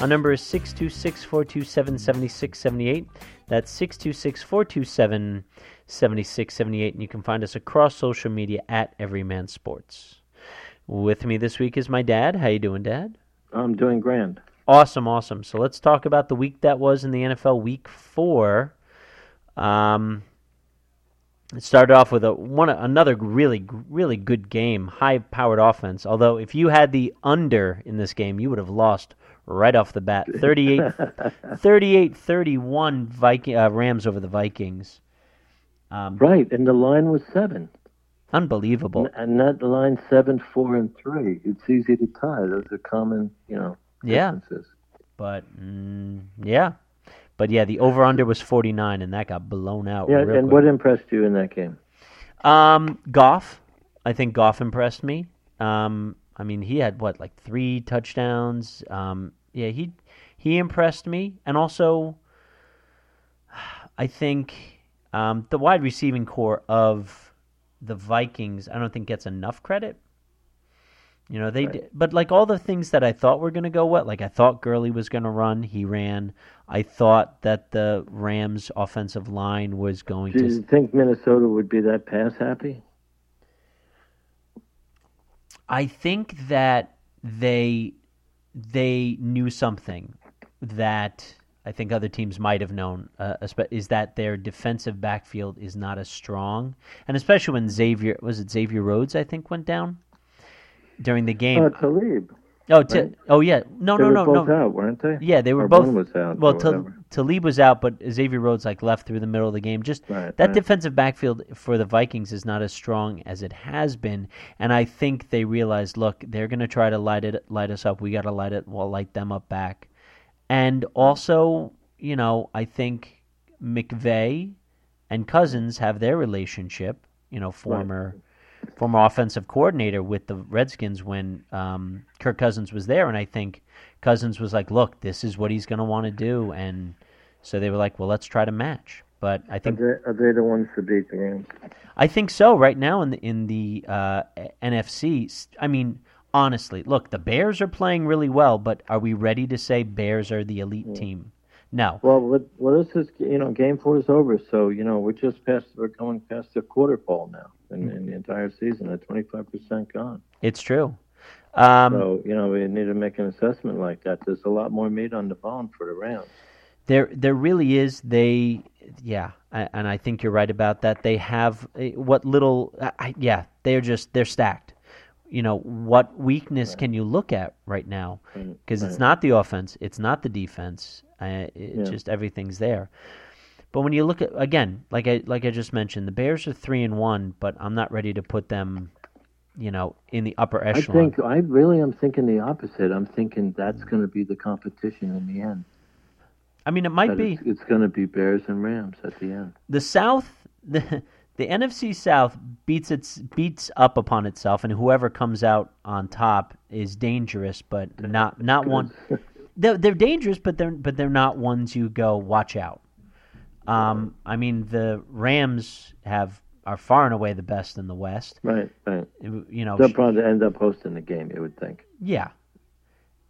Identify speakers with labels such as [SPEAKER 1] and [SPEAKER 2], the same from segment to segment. [SPEAKER 1] Our number is 626 427 7678. That's 626 427 7678. And you can find us across social media at Everyman Sports. With me this week is my dad. How you doing, Dad?
[SPEAKER 2] I'm doing grand.
[SPEAKER 1] Awesome, awesome. So let's talk about the week that was in the NFL Week Four. Um, it started off with a one another really really good game, high powered offense. Although if you had the under in this game, you would have lost right off the bat. 38 38-31 Viking uh, Rams over the Vikings. Um,
[SPEAKER 2] Right, and the line was seven,
[SPEAKER 1] unbelievable.
[SPEAKER 2] N- and not the line seven, four, and three. It's easy to tie. Those are common, you know,
[SPEAKER 1] Yeah.
[SPEAKER 2] differences.
[SPEAKER 1] But mm, yeah. But yeah, the over under was 49 and that got blown out
[SPEAKER 2] Yeah,
[SPEAKER 1] real
[SPEAKER 2] and
[SPEAKER 1] quick.
[SPEAKER 2] what impressed you in that game?
[SPEAKER 1] Um, Goff. I think Goff impressed me. Um, I mean, he had what, like three touchdowns. Um, yeah, he he impressed me, and also, I think um, the wide receiving core of the Vikings, I don't think gets enough credit. You know, they did, but like all the things that I thought were going to go what, like I thought Gurley was going to run, he ran. I thought that the Rams' offensive line was going
[SPEAKER 2] Did
[SPEAKER 1] to
[SPEAKER 2] you think Minnesota would be that pass happy?
[SPEAKER 1] I think that they they knew something that I think other teams might have known uh, espe- is that their defensive backfield is not as strong, and especially when Xavier was it Xavier Rhodes I think went down during the game.
[SPEAKER 2] Oh, Talib.
[SPEAKER 1] oh, t-
[SPEAKER 2] right.
[SPEAKER 1] oh yeah, no,
[SPEAKER 2] They
[SPEAKER 1] no,
[SPEAKER 2] were
[SPEAKER 1] no,
[SPEAKER 2] both
[SPEAKER 1] no.
[SPEAKER 2] out, weren't they?
[SPEAKER 1] Yeah, they were
[SPEAKER 2] Or
[SPEAKER 1] both.
[SPEAKER 2] One was out.
[SPEAKER 1] well,
[SPEAKER 2] or
[SPEAKER 1] Tal-
[SPEAKER 2] whatever.
[SPEAKER 1] Talib was out, but Xavier Rhodes like left through the middle of the game. Just
[SPEAKER 2] Right,
[SPEAKER 1] that
[SPEAKER 2] right.
[SPEAKER 1] defensive backfield for the Vikings is not as strong as it has been, and I think they realized, look, they're going to try to light it, light us up. We got to light it, we'll light them up back, and also, you know, I think McVeigh and Cousins have their relationship. You know, former former offensive coordinator with the Redskins when um, Kirk Cousins was there, and I think Cousins was like, "Look, this is what he's going to want to do," and so they were like, "Well, let's try to match." But I
[SPEAKER 2] Are
[SPEAKER 1] think
[SPEAKER 2] they, are they the ones to beat the Rams?
[SPEAKER 1] I think so right now in the in the uh, NFC. s- I mean, honestly, look, the Bears are playing really well, but are we ready to say Bears are the elite team? No.
[SPEAKER 2] Well, what, well, this is you know, game four is over, so you know we're just past we're going past the quarter ball now,
[SPEAKER 1] Hmm.
[SPEAKER 2] in, in the entire season at twenty five percent gone.
[SPEAKER 1] It's true. Um,
[SPEAKER 2] So, you know, we need to make an assessment like that. There's a lot more meat on the bone for the Rams.
[SPEAKER 1] There, there really is. They, yeah, I, and I think you're right about that. They have eh, what little, I- I, yeah, they're just they're stacked. You know, what weakness can you look at right now?
[SPEAKER 2] Mm, Right,
[SPEAKER 1] Because it's not the offense, it's not the defense. Uh, it, Just everything's there. But when you look at again, like I like I just mentioned, the Bears are three and one, but I'm not ready to put them, you know, in the upper
[SPEAKER 2] I
[SPEAKER 1] echelon.
[SPEAKER 2] think I really am thinking the opposite. I'm thinking that's going to be the competition in the end.
[SPEAKER 1] I mean, it might
[SPEAKER 2] That
[SPEAKER 1] be.
[SPEAKER 2] It's, it's going to be Bears and Rams at the end.
[SPEAKER 1] the South, the the NFC South beats its beats up upon itself, and whoever comes out on top is dangerous, but not not one. They're, they're dangerous, but they're but they're not ones you go watch out. Um, I mean, the Rams have are far and away the best in the West.
[SPEAKER 2] Right, right.
[SPEAKER 1] You know,
[SPEAKER 2] They'll probably end up hosting the game, you would think.
[SPEAKER 1] yeah.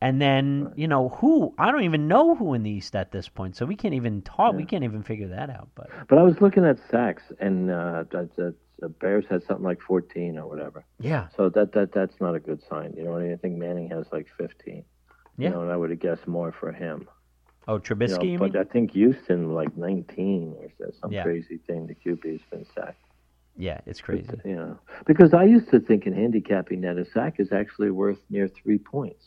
[SPEAKER 1] And then, you know, who I don't even know who in the East at this point. So we can't even talk we can't even figure that out, but
[SPEAKER 2] But I was looking at sacks, and uh, that, that, the Bears had something like 14 or whatever.
[SPEAKER 1] yeah.
[SPEAKER 2] So that that that's not a good sign. You know what I mean? I think Manning has like 15.
[SPEAKER 1] Yeah.
[SPEAKER 2] You know, and I would have guessed more for him.
[SPEAKER 1] Oh, Trubisky,
[SPEAKER 2] you know,
[SPEAKER 1] you
[SPEAKER 2] but
[SPEAKER 1] mean?
[SPEAKER 2] I think Houston like 19 or so, some
[SPEAKER 1] Yeah.
[SPEAKER 2] crazy thing. The QB's been sacked.
[SPEAKER 1] Yeah, it's crazy.
[SPEAKER 2] You know, because I used to think in handicapping that a sack is actually worth near three points.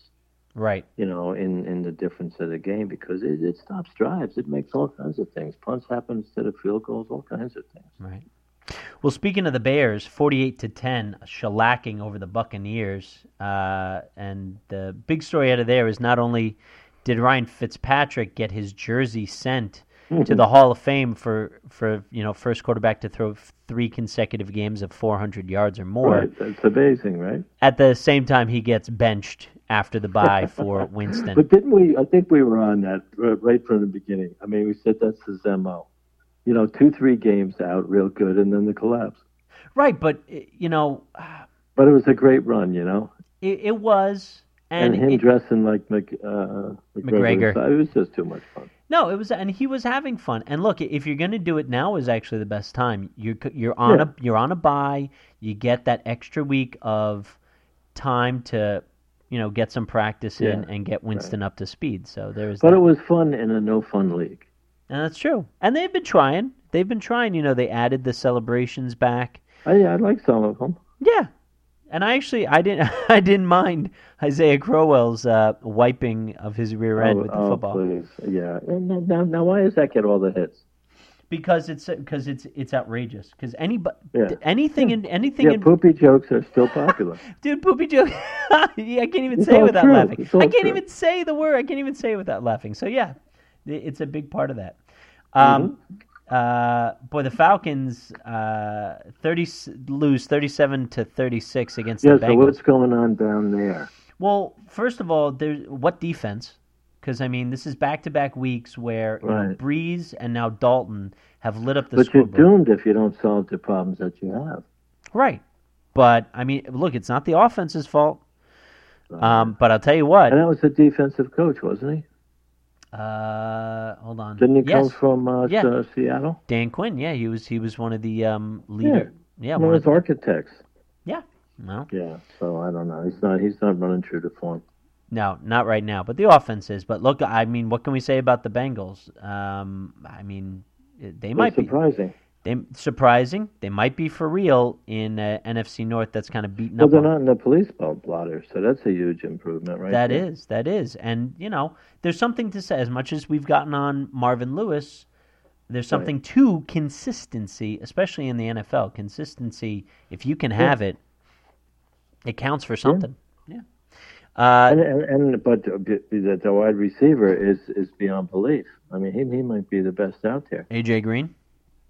[SPEAKER 1] Right.
[SPEAKER 2] You know, in in the difference of the game because it, it stops drives. It makes all kinds of things. Punts happen instead of field goals. All kinds of things.
[SPEAKER 1] Right. Well, speaking of the Bears, forty-eight to ten, shellacking over the Buccaneers, uh, and the big story out of there is not only Did Ryan Fitzpatrick get his jersey sent to
[SPEAKER 2] Mm-hmm.
[SPEAKER 1] the Hall of Fame for for you know first quarterback to throw three consecutive games of 400 yards or more?
[SPEAKER 2] Right. That's amazing, right?
[SPEAKER 1] At the same time, he gets benched after the bye for Winston.
[SPEAKER 2] But didn't we? I think we were on that r- right from the beginning. I mean, we said that's his mo. You know, two three games out, real good, and then the collapse.
[SPEAKER 1] right, but you know,
[SPEAKER 2] But it was a great run, you know,
[SPEAKER 1] it, it was
[SPEAKER 2] and,
[SPEAKER 1] and,
[SPEAKER 2] him
[SPEAKER 1] it-
[SPEAKER 2] dressing like Mc, uh,
[SPEAKER 1] McGregor.
[SPEAKER 2] McGregor. It was just too much fun.
[SPEAKER 1] No, it was, and he was having fun. And look, if you're going to do it now, is actually the best time. You're c- you're on a you're on a buy. You get that extra week of time to, you know, get some practice in
[SPEAKER 2] Yeah,
[SPEAKER 1] and get Winston up to speed. So there's,
[SPEAKER 2] But
[SPEAKER 1] that.
[SPEAKER 2] it was fun in a no fun league.
[SPEAKER 1] and that's true. And they've been trying. They've been trying. You know, they added the celebrations back.
[SPEAKER 2] I, I like some of them.
[SPEAKER 1] Yeah, and I actually I didn't I didn't mind Isaiah Crowell's uh, wiping of his rear end
[SPEAKER 2] oh,
[SPEAKER 1] with the
[SPEAKER 2] oh,
[SPEAKER 1] football.
[SPEAKER 2] please. Yeah. And now, now, now, why does that get all the hits?
[SPEAKER 1] because it's because it's it's outrageous. Because any
[SPEAKER 2] Yeah.
[SPEAKER 1] anything in anything
[SPEAKER 2] Yeah,
[SPEAKER 1] in
[SPEAKER 2] poopy jokes are still popular.
[SPEAKER 1] dude poopy joke. I can't even
[SPEAKER 2] It's
[SPEAKER 1] say it
[SPEAKER 2] all
[SPEAKER 1] without
[SPEAKER 2] true.
[SPEAKER 1] laughing.
[SPEAKER 2] It's all
[SPEAKER 1] I can't
[SPEAKER 2] true.
[SPEAKER 1] even say the word. I can't even say it without laughing. So yeah, i- it's a big part of that.
[SPEAKER 2] Mm-hmm.
[SPEAKER 1] Um, uh, boy, the Falcons uh, thirty s- lose thirty seven to thirty six against
[SPEAKER 2] yeah,
[SPEAKER 1] the
[SPEAKER 2] so
[SPEAKER 1] Bengals.
[SPEAKER 2] what's going on down there?
[SPEAKER 1] well, first of all, there what defense? Because I mean, this is back to back weeks where you know,
[SPEAKER 2] Right.
[SPEAKER 1] Breeze and now Dalton have lit up the
[SPEAKER 2] But you're
[SPEAKER 1] scoreboard.
[SPEAKER 2] doomed if you don't solve the problems that you have.
[SPEAKER 1] Right. But I mean, look, it's not the offense's fault. Um, but I'll tell you what.
[SPEAKER 2] And that was a defensive coach, wasn't he?
[SPEAKER 1] Uh, hold on.
[SPEAKER 2] Didn't he come
[SPEAKER 1] yes,
[SPEAKER 2] from uh,
[SPEAKER 1] Yeah.
[SPEAKER 2] uh, Seattle?
[SPEAKER 1] Dan Quinn. Yeah, he was. He was one of the um, leader. Yeah,
[SPEAKER 2] One
[SPEAKER 1] one
[SPEAKER 2] of
[SPEAKER 1] of
[SPEAKER 2] his architects.
[SPEAKER 1] yeah. No,
[SPEAKER 2] Yeah. So I don't know. He's not. He's not running true to form.
[SPEAKER 1] no, not right now. But the offense is. But look, I mean, what can we say about the Bengals? Um, I mean, it- they might
[SPEAKER 2] It's
[SPEAKER 1] be
[SPEAKER 2] surprising.
[SPEAKER 1] they surprising. They might be for real in uh, NFC North. That's kind of beaten
[SPEAKER 2] Well,
[SPEAKER 1] up.
[SPEAKER 2] they're
[SPEAKER 1] on.
[SPEAKER 2] not in the police ball blotter, so that's a huge improvement, right?
[SPEAKER 1] That
[SPEAKER 2] there.
[SPEAKER 1] is, that is, and you know, there's something to say. As much as we've gotten on Marvin Lewis, there's something to consistency, especially in the NFL. Consistency, if you can have it, it counts for something. Yeah. Uh,
[SPEAKER 2] And, and, and but the, the the wide receiver is is beyond belief. I mean, he he might be the best out there.
[SPEAKER 1] AJ Green.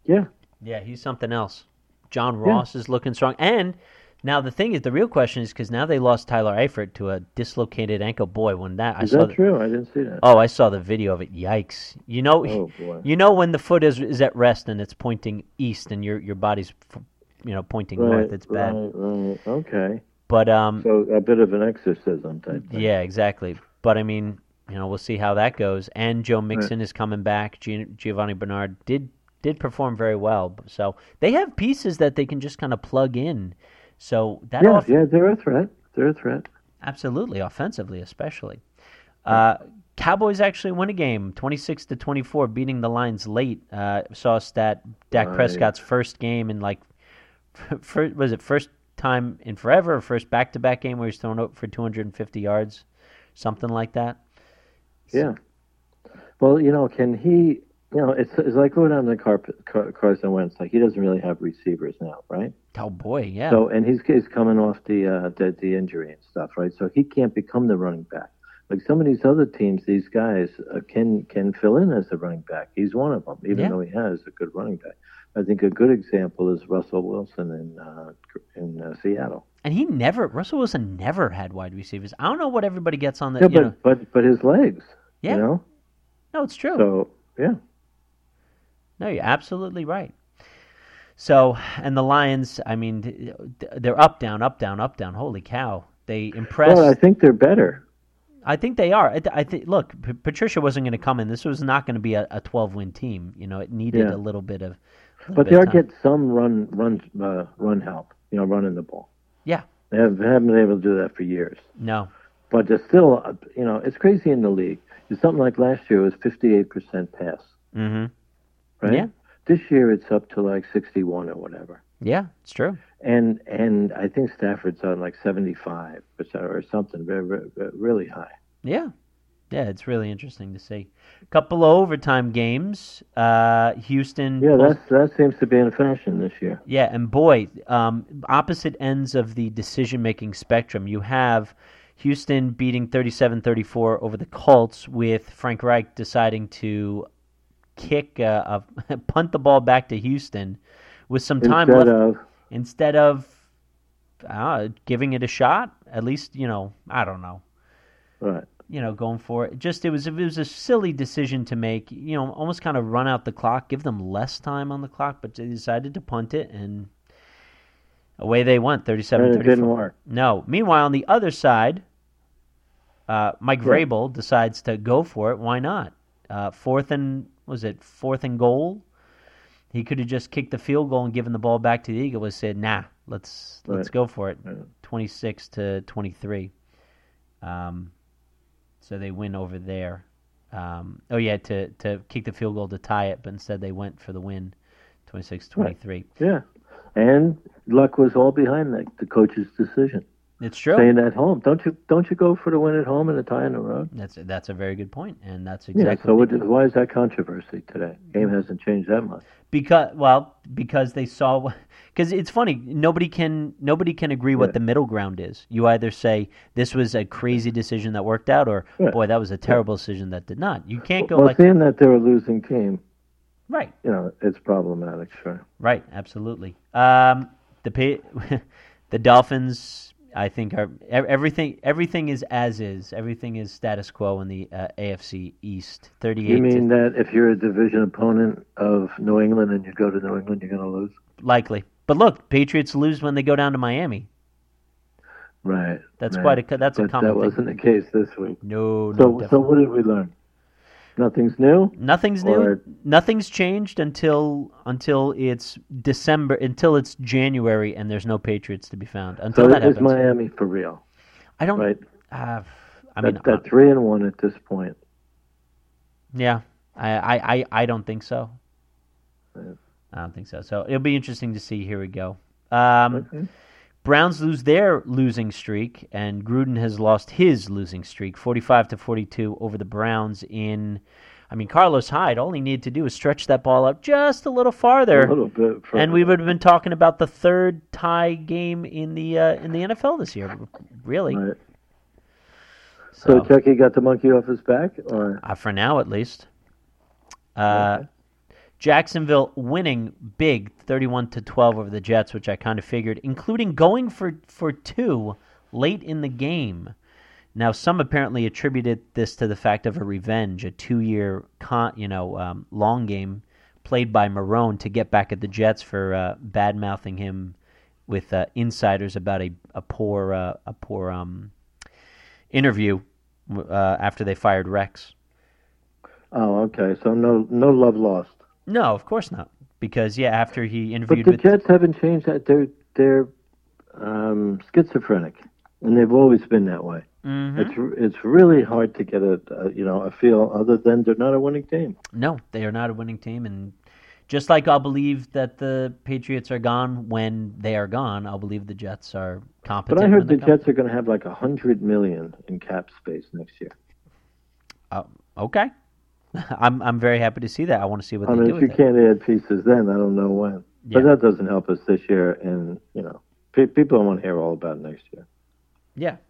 [SPEAKER 2] Yeah.
[SPEAKER 1] Yeah, he's something else. John Ross is looking strong, and now the thing is, the real question is because now they lost Tyler Eifert to a dislocated ankle. Boy, when that
[SPEAKER 2] Is
[SPEAKER 1] I saw
[SPEAKER 2] that
[SPEAKER 1] the-
[SPEAKER 2] true? I didn't see that.
[SPEAKER 1] Oh, I saw the video of it. Yikes! You know,
[SPEAKER 2] Oh, boy.
[SPEAKER 1] you know when the foot is is at rest and it's pointing east, and your your body's, f- you know, pointing north. It's bad.
[SPEAKER 2] Right, right. Okay.
[SPEAKER 1] But um,
[SPEAKER 2] So a bit of an exorcism type thing.
[SPEAKER 1] yeah, exactly. But I mean, you know, we'll see how that goes. And Joe Mixon is coming back. Gi- Giovanni Bernard did did perform very well. So they have pieces that they can just kind of plug in. So that
[SPEAKER 2] Yeah,
[SPEAKER 1] off-
[SPEAKER 2] yeah, they're a threat. They're a threat.
[SPEAKER 1] Absolutely, offensively, especially. Uh, Cowboys actually win a game, twenty-six to twenty-four, beating the Lions late. Uh, saw a stat: Dak
[SPEAKER 2] Right.
[SPEAKER 1] Prescott's first game in like, first, was it first time in forever, or first back-to-back game where he's thrown out for two hundred and fifty yards, something like that.
[SPEAKER 2] Yeah. Well, you know, can he? You know, it's it's like going on the carpet, Car- Carson Wentz. Like he doesn't really have receivers now, right?
[SPEAKER 1] Oh boy, yeah,
[SPEAKER 2] So, and he's he's coming off the, uh, the the injury and stuff, right? So he can't become the running back. Like some of these other teams, these guys uh, can can fill in as a running back. He's one of them, even
[SPEAKER 1] Yeah.
[SPEAKER 2] though he has a good running back. I think a good example is Russell Wilson in uh, in uh, Seattle.
[SPEAKER 1] and he never Russell Wilson never had wide receivers. I don't know what everybody gets on the.
[SPEAKER 2] Yeah,
[SPEAKER 1] Uh, you know,
[SPEAKER 2] but, but but his legs,
[SPEAKER 1] yeah, Oh.
[SPEAKER 2] you know.
[SPEAKER 1] no, it's true.
[SPEAKER 2] So yeah,
[SPEAKER 1] No, you're absolutely right. So, and the Lions, I mean, th- th- they're up, down, up, down, up, down. Holy cow. They impressed.
[SPEAKER 2] well, I think they're better.
[SPEAKER 1] I think they are. I, th- I think, look, P- Patricia wasn't going to come in. This was not going to be a 12 win team. You know, it needed
[SPEAKER 2] Yeah.
[SPEAKER 1] a little bit of. little
[SPEAKER 2] But
[SPEAKER 1] bit
[SPEAKER 2] they
[SPEAKER 1] of
[SPEAKER 2] are
[SPEAKER 1] time.
[SPEAKER 2] getting some run run uh, run help, you know, running the ball.
[SPEAKER 1] Yeah.
[SPEAKER 2] They haven't, haven't been able to do that for years.
[SPEAKER 1] No.
[SPEAKER 2] But they're still, uh, you know, it's crazy in the league. It's something like last year it was 58% pass,
[SPEAKER 1] Mm
[SPEAKER 2] right?
[SPEAKER 1] Yeah.
[SPEAKER 2] This year it's up to like 61 or whatever.
[SPEAKER 1] hmm. Yeah, it's true.
[SPEAKER 2] And and I think Stafford's on like 75% or something, very, very, very- really high.
[SPEAKER 1] Yeah. Yeah, it's really interesting to see. couple of overtime games. Uh, Houston.
[SPEAKER 2] Yeah,
[SPEAKER 1] pulls-
[SPEAKER 2] that's, that seems to be in fashion this year.
[SPEAKER 1] Yeah, and boy, um, opposite ends of the decision making spectrum. You have Houston beating 37 34 over the Colts, with Frank Reich deciding to kick, uh, uh, punt the ball back to Houston with some time
[SPEAKER 2] Instead
[SPEAKER 1] left
[SPEAKER 2] of
[SPEAKER 1] instead of uh, giving it a shot. At least, you know, I don't know
[SPEAKER 2] right.
[SPEAKER 1] you know, going for it. Just it was it was a silly decision to make. You know, almost kind of run out the clock, give them less time on the clock, but they decided to punt it and away they went. 37
[SPEAKER 2] And it didn't work.
[SPEAKER 1] No. Meanwhile, on the other side, uh, Mike
[SPEAKER 2] Yeah.
[SPEAKER 1] Vrabel decides to go for it. Why not? Uh, fourth and was it fourth and goal? He could have just kicked the field goal and given the ball back to the Eagles. Said, "Nah, let's let's
[SPEAKER 2] Right.
[SPEAKER 1] go for it."
[SPEAKER 2] Yeah.
[SPEAKER 1] Twenty six to twenty three. Um, so they win over there. Um, oh yeah, to to kick the field goal to tie it, but instead they went for the win, 26-23.
[SPEAKER 2] Yeah. And luck was all behind that the coach's decision.
[SPEAKER 1] It's true.
[SPEAKER 2] Saying at home, don't you don't you go for the win at home and a tie on the road?
[SPEAKER 1] That's that's a very good point, and that's
[SPEAKER 2] Yeah.
[SPEAKER 1] exactly
[SPEAKER 2] so
[SPEAKER 1] what
[SPEAKER 2] what,
[SPEAKER 1] they did.
[SPEAKER 2] why is that controversy today? Game hasn't changed that much.
[SPEAKER 1] because well because they saw because it's funny nobody can nobody can agree what
[SPEAKER 2] Yeah.
[SPEAKER 1] the middle ground is you either say this was a crazy decision that worked out or
[SPEAKER 2] Yeah.
[SPEAKER 1] boy that was a terrible decision that did not you can't go
[SPEAKER 2] well,
[SPEAKER 1] like
[SPEAKER 2] seeing that they're a losing team,
[SPEAKER 1] right
[SPEAKER 2] you know, it's problematic. Sure.
[SPEAKER 1] right absolutely um the pa- the dolphins i think are e- everything everything is as is everything is status quo in the uh, afc east 38
[SPEAKER 2] You
[SPEAKER 1] to-
[SPEAKER 2] mean that if you're a division opponent of New England and you go to New England, you're going to lose?
[SPEAKER 1] likely but look patriots lose when they go down to miami
[SPEAKER 2] Right.
[SPEAKER 1] That's
[SPEAKER 2] right.
[SPEAKER 1] quite a co- that's a
[SPEAKER 2] But
[SPEAKER 1] common
[SPEAKER 2] that
[SPEAKER 1] thing.
[SPEAKER 2] wasn't the case this week.
[SPEAKER 1] no no
[SPEAKER 2] So,
[SPEAKER 1] definitely.
[SPEAKER 2] so what did we learn? Nothing's new.
[SPEAKER 1] Nothing's new.
[SPEAKER 2] Or-
[SPEAKER 1] Nothing's changed until until it's December, until it's January, and there's no Patriots to be found. Until
[SPEAKER 2] So
[SPEAKER 1] that
[SPEAKER 2] is
[SPEAKER 1] happens,
[SPEAKER 2] Miami for real?
[SPEAKER 1] I don't.
[SPEAKER 2] Right.
[SPEAKER 1] Uh, I
[SPEAKER 2] That,
[SPEAKER 1] mean,
[SPEAKER 2] that
[SPEAKER 1] uh,
[SPEAKER 2] three and one at this point.
[SPEAKER 1] yeah, I, I, I, I don't think so.
[SPEAKER 2] Yeah.
[SPEAKER 1] I don't think so. So it'll be interesting to see. Here we go. Um, Browns lose their losing streak, and Gruden has lost his losing streak, forty-five to forty-two over the Browns. In, I mean, Carlos Hyde. All he needed to do was stretch that ball out just a little farther.
[SPEAKER 2] A little bit. For,
[SPEAKER 1] and we would have been talking about the third tie game in the uh, in the NFL this year, really.
[SPEAKER 2] Right.
[SPEAKER 1] So,
[SPEAKER 2] So Chucky got the monkey off his back, or
[SPEAKER 1] uh, for now, at least, uh, Jacksonville winning big, thirty-one to twelve over the Jets, which I kind of figured, including going for for two late in the game. Now, some apparently attributed this to the fact of a revenge, a two-year, con, you know, um, long game played by Marone to get back at the Jets for uh, bad-mouthing him with uh, insiders about a a poor uh, a poor um, interview w- uh, after they fired Rex.
[SPEAKER 2] oh, okay. So no, no love lost.
[SPEAKER 1] No, of course not, because yeah, after he
[SPEAKER 2] But
[SPEAKER 1] interviewed
[SPEAKER 2] the
[SPEAKER 1] with
[SPEAKER 2] Jets haven't changed that. They're they're um, schizophrenic, and they've always been that way.
[SPEAKER 1] Mhm.
[SPEAKER 2] It's it's really hard to get a, a you know a feel other than they're not a winning team.
[SPEAKER 1] No, they are not a winning team. And just like I'll believe that the Patriots are gone when they are gone, I'll believe the Jets are competent.
[SPEAKER 2] But I
[SPEAKER 1] when
[SPEAKER 2] heard
[SPEAKER 1] they're
[SPEAKER 2] the
[SPEAKER 1] gone.
[SPEAKER 2] Jets are going to have like a hundred million in cap space next year.
[SPEAKER 1] Oh, okay. I'm I'm very happy to see that. I want to see what
[SPEAKER 2] I
[SPEAKER 1] they
[SPEAKER 2] mean,
[SPEAKER 1] do
[SPEAKER 2] if
[SPEAKER 1] with
[SPEAKER 2] you
[SPEAKER 1] it.
[SPEAKER 2] can't add pieces, then I don't know when.
[SPEAKER 1] Yeah.
[SPEAKER 2] But that doesn't help us this year, and you know, pe- people don't want to hear all about next year.
[SPEAKER 1] Yeah.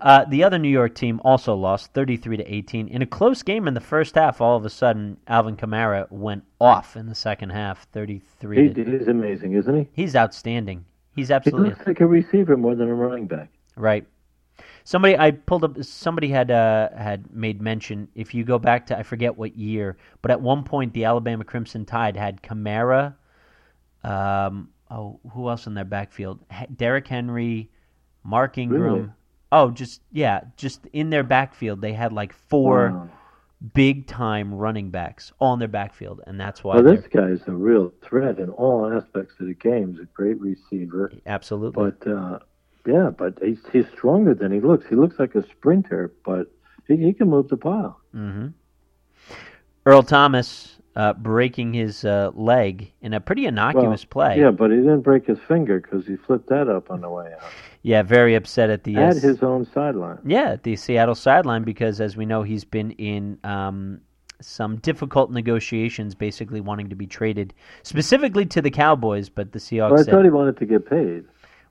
[SPEAKER 1] Uh, the other New York team also lost 33 to 18 in a close game in the first half. All of a sudden, Alvin Kamara went off in the second half, 33.
[SPEAKER 2] He,
[SPEAKER 1] to-
[SPEAKER 2] he's amazing, isn't he?
[SPEAKER 1] He's outstanding. He's
[SPEAKER 2] He
[SPEAKER 1] absolutely
[SPEAKER 2] looks like a receiver more than a running back.
[SPEAKER 1] Right. Somebody I pulled up. Somebody had uh, had made mention. If you go back to I forget what year, but at one point the Alabama Crimson Tide had Kamara. Um, oh, who else in their backfield? H- Derrick Henry, Mark Ingram.
[SPEAKER 2] Really?
[SPEAKER 1] Oh, just yeah, just in their backfield they had like four
[SPEAKER 2] Wow.
[SPEAKER 1] big time running backs all in their backfield, and that's why
[SPEAKER 2] Well,
[SPEAKER 1] they're
[SPEAKER 2] this guy is a real threat in all aspects of the game. He's a great receiver,
[SPEAKER 1] absolutely
[SPEAKER 2] but uh, yeah, but he's he's stronger than he looks. He looks like a sprinter, but he, he can move the pile.
[SPEAKER 1] hmm Earl Thomas uh, breaking his uh, leg in a pretty innocuous play.
[SPEAKER 2] Yeah, but he didn't break his finger because he flipped that up on the way out
[SPEAKER 1] Yeah, very upset at the uh,
[SPEAKER 2] at his own sideline.
[SPEAKER 1] yeah at the Seattle sideline because, as we know, he's been in um, some difficult negotiations, basically wanting to be traded specifically to the Cowboys, but the Seahawks.
[SPEAKER 2] But I
[SPEAKER 1] said-
[SPEAKER 2] thought he wanted to get paid.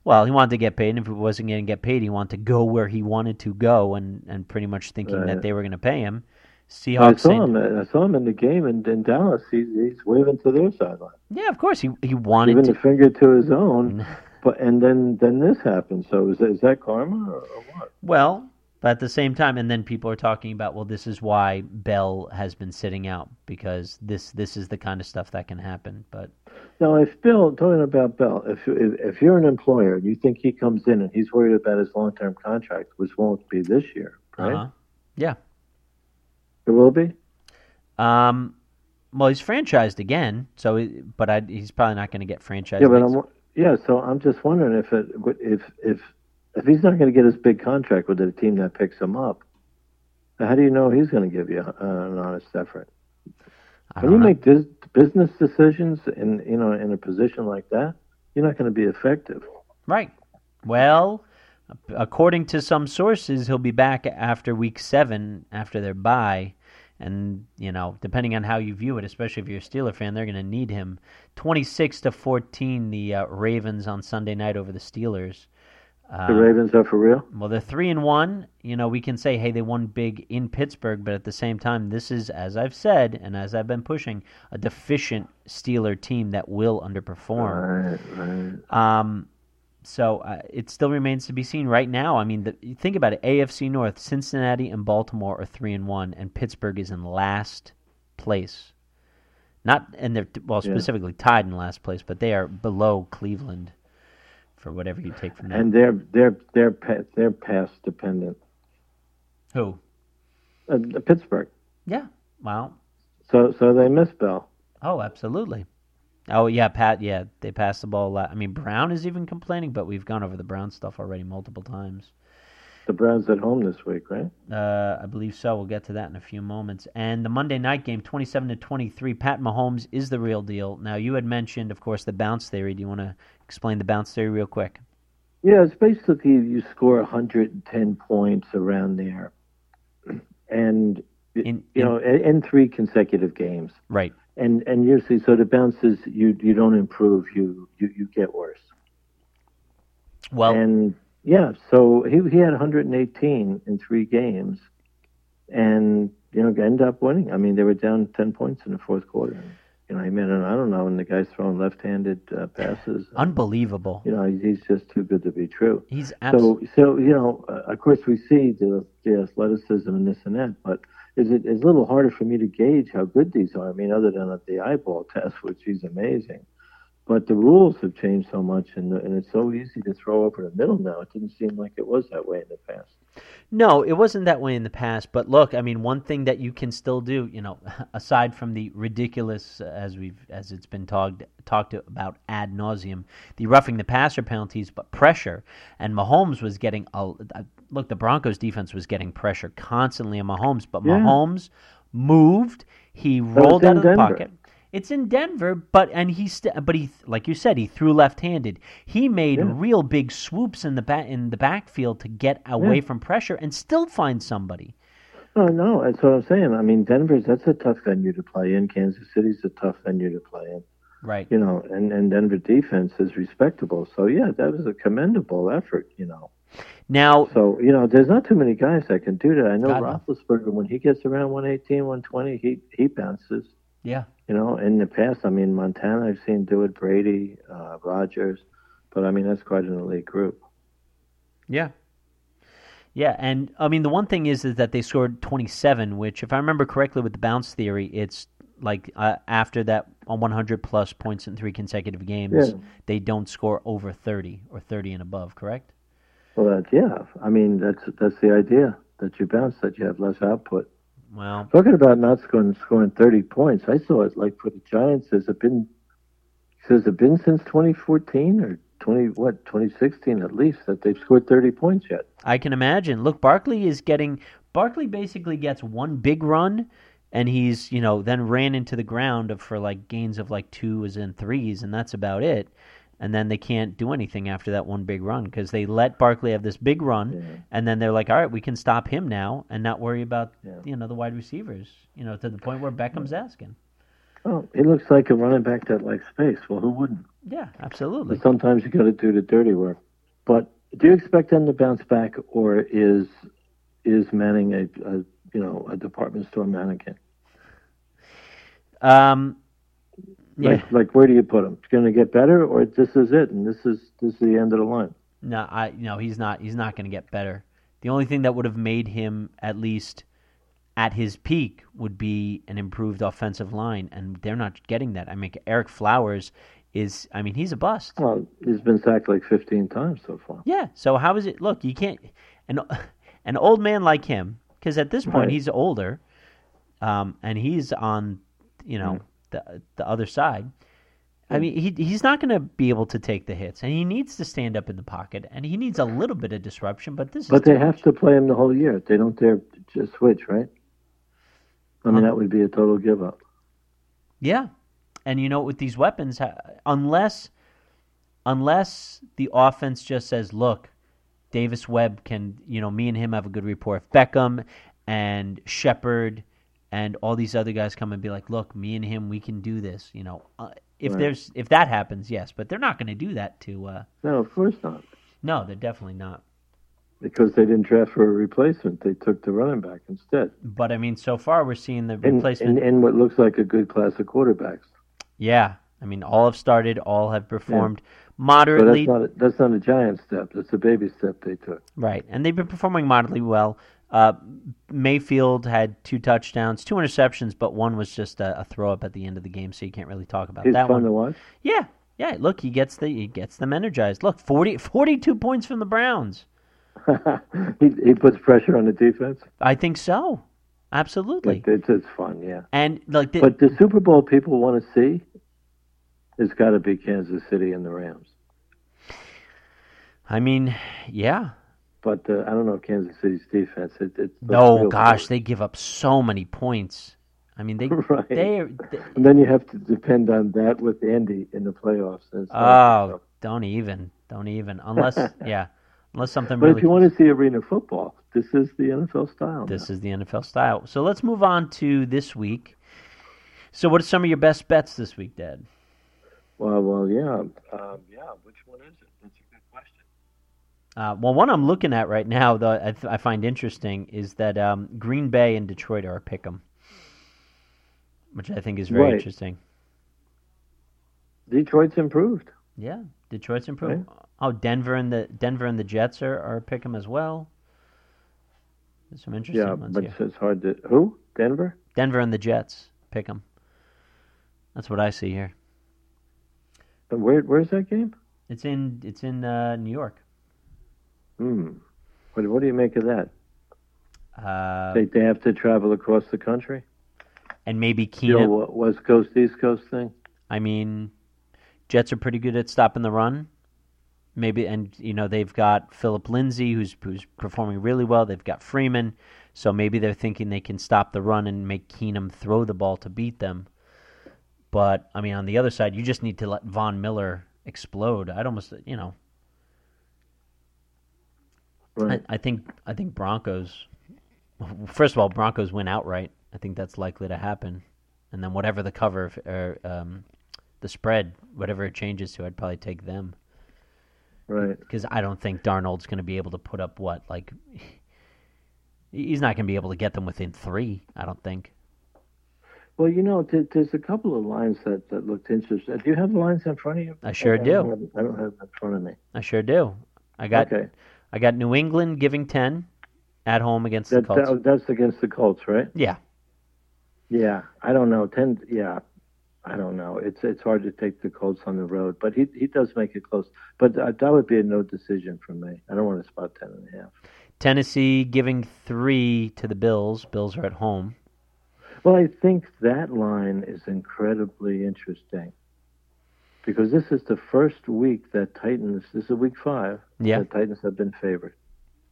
[SPEAKER 1] Well, he wanted to get paid, and if he wasn't going to get paid, he wanted to go where he wanted to go, and, and pretty much thinking
[SPEAKER 2] Right.
[SPEAKER 1] that they were going to pay him.
[SPEAKER 2] I
[SPEAKER 1] Seahawks.
[SPEAKER 2] saw
[SPEAKER 1] saying-
[SPEAKER 2] him. I saw him in the game in, in Dallas. He's, he's waving to their sideline,
[SPEAKER 1] Yeah, of course he he wanted
[SPEAKER 2] giving
[SPEAKER 1] to.
[SPEAKER 2] a finger to his own. But and then then this happened. So is that, is that karma or, or what?
[SPEAKER 1] Well, but at the same time, and then people are talking about, well, this is why Bell has been sitting out because this this is the kind of stuff that can happen. But
[SPEAKER 2] Now, if Bill talking about Bell, if, if if you're an employer and you think he comes in and he's worried about his long term contract, which won't be this year, right?
[SPEAKER 1] uh-huh. yeah,
[SPEAKER 2] It will be.
[SPEAKER 1] um, well, he's franchised again, so he, but I, he's probably not going to get franchised.
[SPEAKER 2] yeah, but
[SPEAKER 1] next-
[SPEAKER 2] I'm yeah. So I'm just wondering if it if if if he's not going to get his big contract with the team that picks him up, how do you know he's going to give you uh, an honest effort?
[SPEAKER 1] I
[SPEAKER 2] When
[SPEAKER 1] don't
[SPEAKER 2] you
[SPEAKER 1] know.
[SPEAKER 2] make dis- business decisions in you know in a position like that, you're not going to be effective.
[SPEAKER 1] Right. Well, according to some sources, he'll be back after week seven, after their bye. And, you know, depending on how you view it, especially if you're a Steeler fan, they're going to need him. 26 to 14, the uh, Ravens on Sunday night over the Steelers. Uh,
[SPEAKER 2] The Ravens are for real.
[SPEAKER 1] Well, they're three and one. You know, we can say, hey, they won big in Pittsburgh, but at the same time, this is, as I've said and as I've been pushing, a deficient Steeler team that will underperform.
[SPEAKER 2] Right, right.
[SPEAKER 1] Um, so uh, it still remains to be seen. Right now, I mean, the, you think about it: AFC North, Cincinnati and Baltimore are three and one, and Pittsburgh is in last place. Not and they're well
[SPEAKER 2] Yeah.
[SPEAKER 1] specifically tied in last place, but they are below Cleveland for whatever you take from that.
[SPEAKER 2] And they're they're they're pa- they're past dependent.
[SPEAKER 1] Who?
[SPEAKER 2] Uh, Pittsburgh.
[SPEAKER 1] Yeah. Wow.
[SPEAKER 2] So so they miss Bell.
[SPEAKER 1] Oh, absolutely. Oh yeah, Pat. Yeah, they passed the ball a lot. I mean, Brown is even complaining, but we've gone over the Brown stuff already multiple times.
[SPEAKER 2] The Browns at home this week, right?
[SPEAKER 1] Uh, I believe so. We'll get to that in a few moments. And the Monday night game, twenty-seven to twenty-three. Pat Mahomes is the real deal. Now, you had mentioned, of course, the bounce theory. Do you want to explain the bounce theory real quick?
[SPEAKER 2] Yeah, it's basically you score 110 points around there, and
[SPEAKER 1] In-
[SPEAKER 2] you know in, in three consecutive games,
[SPEAKER 1] Right.
[SPEAKER 2] and and usually so the bounces you you don't improve, you you, you get worse,
[SPEAKER 1] Well,
[SPEAKER 2] and yeah, so he he had 118 in three games, and you know end up winning. I mean they were down 10 points in the fourth quarter. You know, I mean, I don't know, and the guy's throwing left-handed uh, passes.
[SPEAKER 1] unbelievable.
[SPEAKER 2] You know, he's just too good to be true.
[SPEAKER 1] He's
[SPEAKER 2] So,
[SPEAKER 1] absolutely.
[SPEAKER 2] so you know, uh, of course, we see the, the athleticism and this and that, but is it is a little harder for me to gauge how good these are? I mean, other than at the eyeball test, which is amazing, but the rules have changed so much, and the, and it's so easy to throw over the middle now. It didn't seem like it was that way in the past.
[SPEAKER 1] No, it wasn't that way in the past. But look, I mean, one thing that you can still do, you know, aside from the ridiculous, uh, as we've as it's been talked talked about ad nauseum, the roughing the passer penalties, but pressure. And Mahomes was getting a uh, look. The Broncos defense was getting pressure constantly on Mahomes, but
[SPEAKER 2] Yeah.
[SPEAKER 1] Mahomes moved. He
[SPEAKER 2] it's
[SPEAKER 1] rolled out
[SPEAKER 2] in
[SPEAKER 1] of the
[SPEAKER 2] Denver.
[SPEAKER 1] pocket. It's in Denver, but and he st- but he like you said he threw left-handed. He made real big swoops in the ba- in the backfield to get away from pressure and still find somebody.
[SPEAKER 2] No, Oh, no, that's what I'm saying. I mean, Denver's that's a tough venue to play in. Kansas City's a tough venue to play in.
[SPEAKER 1] Right.
[SPEAKER 2] You know, and and Denver defense is respectable. So yeah, that was a commendable effort. You know.
[SPEAKER 1] Now,
[SPEAKER 2] So, you know, there's not too many guys that can do that. I know
[SPEAKER 1] God, no.
[SPEAKER 2] Roethlisberger, when he gets around 118, 120, he, he bounces.
[SPEAKER 1] yeah.
[SPEAKER 2] You know, in the past, I mean, Montana, I've seen do it, Brady, uh, Rogers. But, I mean, that's quite an elite group.
[SPEAKER 1] Yeah. Yeah, and I mean the one thing is is that they scored 27, which if I remember correctly with the bounce theory, it's like uh, after that on 100 plus points in three consecutive games,
[SPEAKER 2] Yeah.
[SPEAKER 1] they don't score over 30 or 30 and above, correct?
[SPEAKER 2] Well, that's, yeah. I mean, that's that's the idea that you bounce, that you have less output.
[SPEAKER 1] Well,
[SPEAKER 2] Talking about not scoring scoring 30 points, I saw it like for the Giants. Has it been, has it been since 2014 or 20, what, 2016 at least, that they've scored 30 points yet?
[SPEAKER 1] I can imagine. Look, Barkley is getting Barkley basically gets one big run and he's, you know, then ran into the ground of for like gains of like twos and threes and that's about it. And then they can't do anything after that one big run because they let Barkley have this big run and then they're like, "All right, we can stop him now and not worry about, you know, the wide receivers." You know, to the point where Beckham's asking.
[SPEAKER 2] Oh, he looks like a running back that likes space. Well, who wouldn't?
[SPEAKER 1] Yeah, absolutely.
[SPEAKER 2] But sometimes you got to do the dirty work. But do you expect them to bounce back, or is is Manning a, a you know a department store mannequin?
[SPEAKER 1] Um, yeah.
[SPEAKER 2] Like, like where do you put him? Going to get better, or this is it, and this is this is the end of the line?
[SPEAKER 1] No, I no, he's not. He's not going to get better. The only thing that would have made him at least at his peak would be an improved offensive line, and they're not getting that. I mean, Eric Flowers is. I mean, he's a bust.
[SPEAKER 2] Well, he's been sacked like 15 times so far.
[SPEAKER 1] Yeah. So how is it? Look, you can't an an old man like him because at this point
[SPEAKER 2] Right.
[SPEAKER 1] he's older, um, and he's on you know the the other side. I mean, he he's not going to be able to take the hits, and he needs to stand up in the pocket, and he needs a little bit of disruption. But this
[SPEAKER 2] But
[SPEAKER 1] is too
[SPEAKER 2] they have to play him the whole year. They don't dare just switch, right? I mean, that would be a total give up.
[SPEAKER 1] Yeah, and you know with these weapons, ha- unless unless the offense just says, "Look, Davis Webb can," you know, me and him have a good rapport. If Beckham and Shepard and all these other guys come and be like, "Look, me and him, we can do this," you know, uh, if
[SPEAKER 2] Right.
[SPEAKER 1] there's if that happens, yes, but they're not going to do that to. Uh,
[SPEAKER 2] No, of course not,
[SPEAKER 1] no, they're definitely not.
[SPEAKER 2] because they didn't draft for a replacement. They took the running back instead,
[SPEAKER 1] But I mean, so far we're seeing the
[SPEAKER 2] and
[SPEAKER 1] replacement.
[SPEAKER 2] and, and what looks like a good class of quarterbacks.
[SPEAKER 1] yeah, I mean, all have started, all have performed moderately.
[SPEAKER 2] So that's not a, that's not a giant step. That's a baby step they took.
[SPEAKER 1] Right, and they've been performing moderately well. Uh, Mayfield had two touchdowns, two interceptions, but one was just a, a throw up at the end of the game, so you can't really talk about
[SPEAKER 2] He's
[SPEAKER 1] that one.
[SPEAKER 2] fun to watch.
[SPEAKER 1] Yeah, yeah. Look, he gets the he gets them energized. Look, 40, 42 points from the Browns.
[SPEAKER 2] he he puts pressure on the defense.
[SPEAKER 1] I think so, absolutely.
[SPEAKER 2] Like, it's it's fun, yeah.
[SPEAKER 1] And like, the,
[SPEAKER 2] But the Super Bowl people want to see, it's got to be Kansas City and the Rams.
[SPEAKER 1] I mean, yeah.
[SPEAKER 2] But uh, I don't know Kansas City's defense. It, it
[SPEAKER 1] No,
[SPEAKER 2] real
[SPEAKER 1] gosh,
[SPEAKER 2] good.
[SPEAKER 1] they give up so many points. I mean, they
[SPEAKER 2] Right.
[SPEAKER 1] they, are- they
[SPEAKER 2] and then you have to depend on that with Andy in the playoffs. and so-
[SPEAKER 1] oh, don't even, don't even, unless yeah, unless something.
[SPEAKER 2] but
[SPEAKER 1] really
[SPEAKER 2] if you want to see arena football, this is the NFL style.
[SPEAKER 1] This is the NFL style. So let's move on to this week. So, what are some of your best bets this week, Dad?
[SPEAKER 2] now. well, well, yeah, um, yeah. Which one is it? That's a good question.
[SPEAKER 1] Uh, well, one I'm looking at right now that I, th- I find interesting is that um, Green Bay and Detroit are a pick 'em, which I think is very
[SPEAKER 2] Right.
[SPEAKER 1] interesting.
[SPEAKER 2] Detroit's improved.
[SPEAKER 1] Yeah, Detroit's improved. Oh, Denver and the Denver and the Jets are, are a pick 'em as well. There's some interesting
[SPEAKER 2] Yeah,
[SPEAKER 1] ones
[SPEAKER 2] but
[SPEAKER 1] here.
[SPEAKER 2] it's- it's hard to who Denver.
[SPEAKER 1] Denver and the Jets pick 'em. That's what I see here.
[SPEAKER 2] And Where where's that game?
[SPEAKER 1] It's in it's in uh, New York.
[SPEAKER 2] Hmm. What what do you make of that?
[SPEAKER 1] Uh,
[SPEAKER 2] They they have to travel across the country.
[SPEAKER 1] and maybe
[SPEAKER 2] You
[SPEAKER 1] Keenum.
[SPEAKER 2] know, West Coast East Coast thing.
[SPEAKER 1] I mean, Jets are pretty good at stopping the run. Maybe and you know they've got Philip Lindsay who's who's performing really well. They've got Freeman, so maybe they're thinking they can stop the run and make Keenum throw the ball to beat them. But I mean, on the other side, you just need to let Von Miller explode. I'd almost you know I,
[SPEAKER 2] Right.
[SPEAKER 1] I think I think Broncos. First of all, Broncos win outright. I think that's likely to happen, and then whatever the cover f- or um, the spread, whatever it changes to, I'd probably take them
[SPEAKER 2] Right.
[SPEAKER 1] because I don't think Darnold's going to be able to put up what like he's not going to be able to get them within three. I don't think.
[SPEAKER 2] Well, you know, th- there's a couple of lines that, that looked interesting. Do you have lines in front of you?
[SPEAKER 1] I sure
[SPEAKER 2] don't
[SPEAKER 1] do.
[SPEAKER 2] have- I don't have them in front of me.
[SPEAKER 1] I sure do. I got
[SPEAKER 2] okay,
[SPEAKER 1] I got New England giving ten at home against
[SPEAKER 2] that,
[SPEAKER 1] the Colts.
[SPEAKER 2] that- that's against the Colts, right?
[SPEAKER 1] yeah,
[SPEAKER 2] Yeah, I don't know. Ten, yeah, I don't know. It's it's hard to take the Colts on the road, but he he does make it close. But uh, that would be a no decision for me. I don't want to spot ten and a half.
[SPEAKER 1] Tennessee giving three to the Bills. Bills are at home.
[SPEAKER 2] Well, I think that line is incredibly interesting because this is the first week that Titans. This is week five.
[SPEAKER 1] Yeah.
[SPEAKER 2] that Titans have been favored.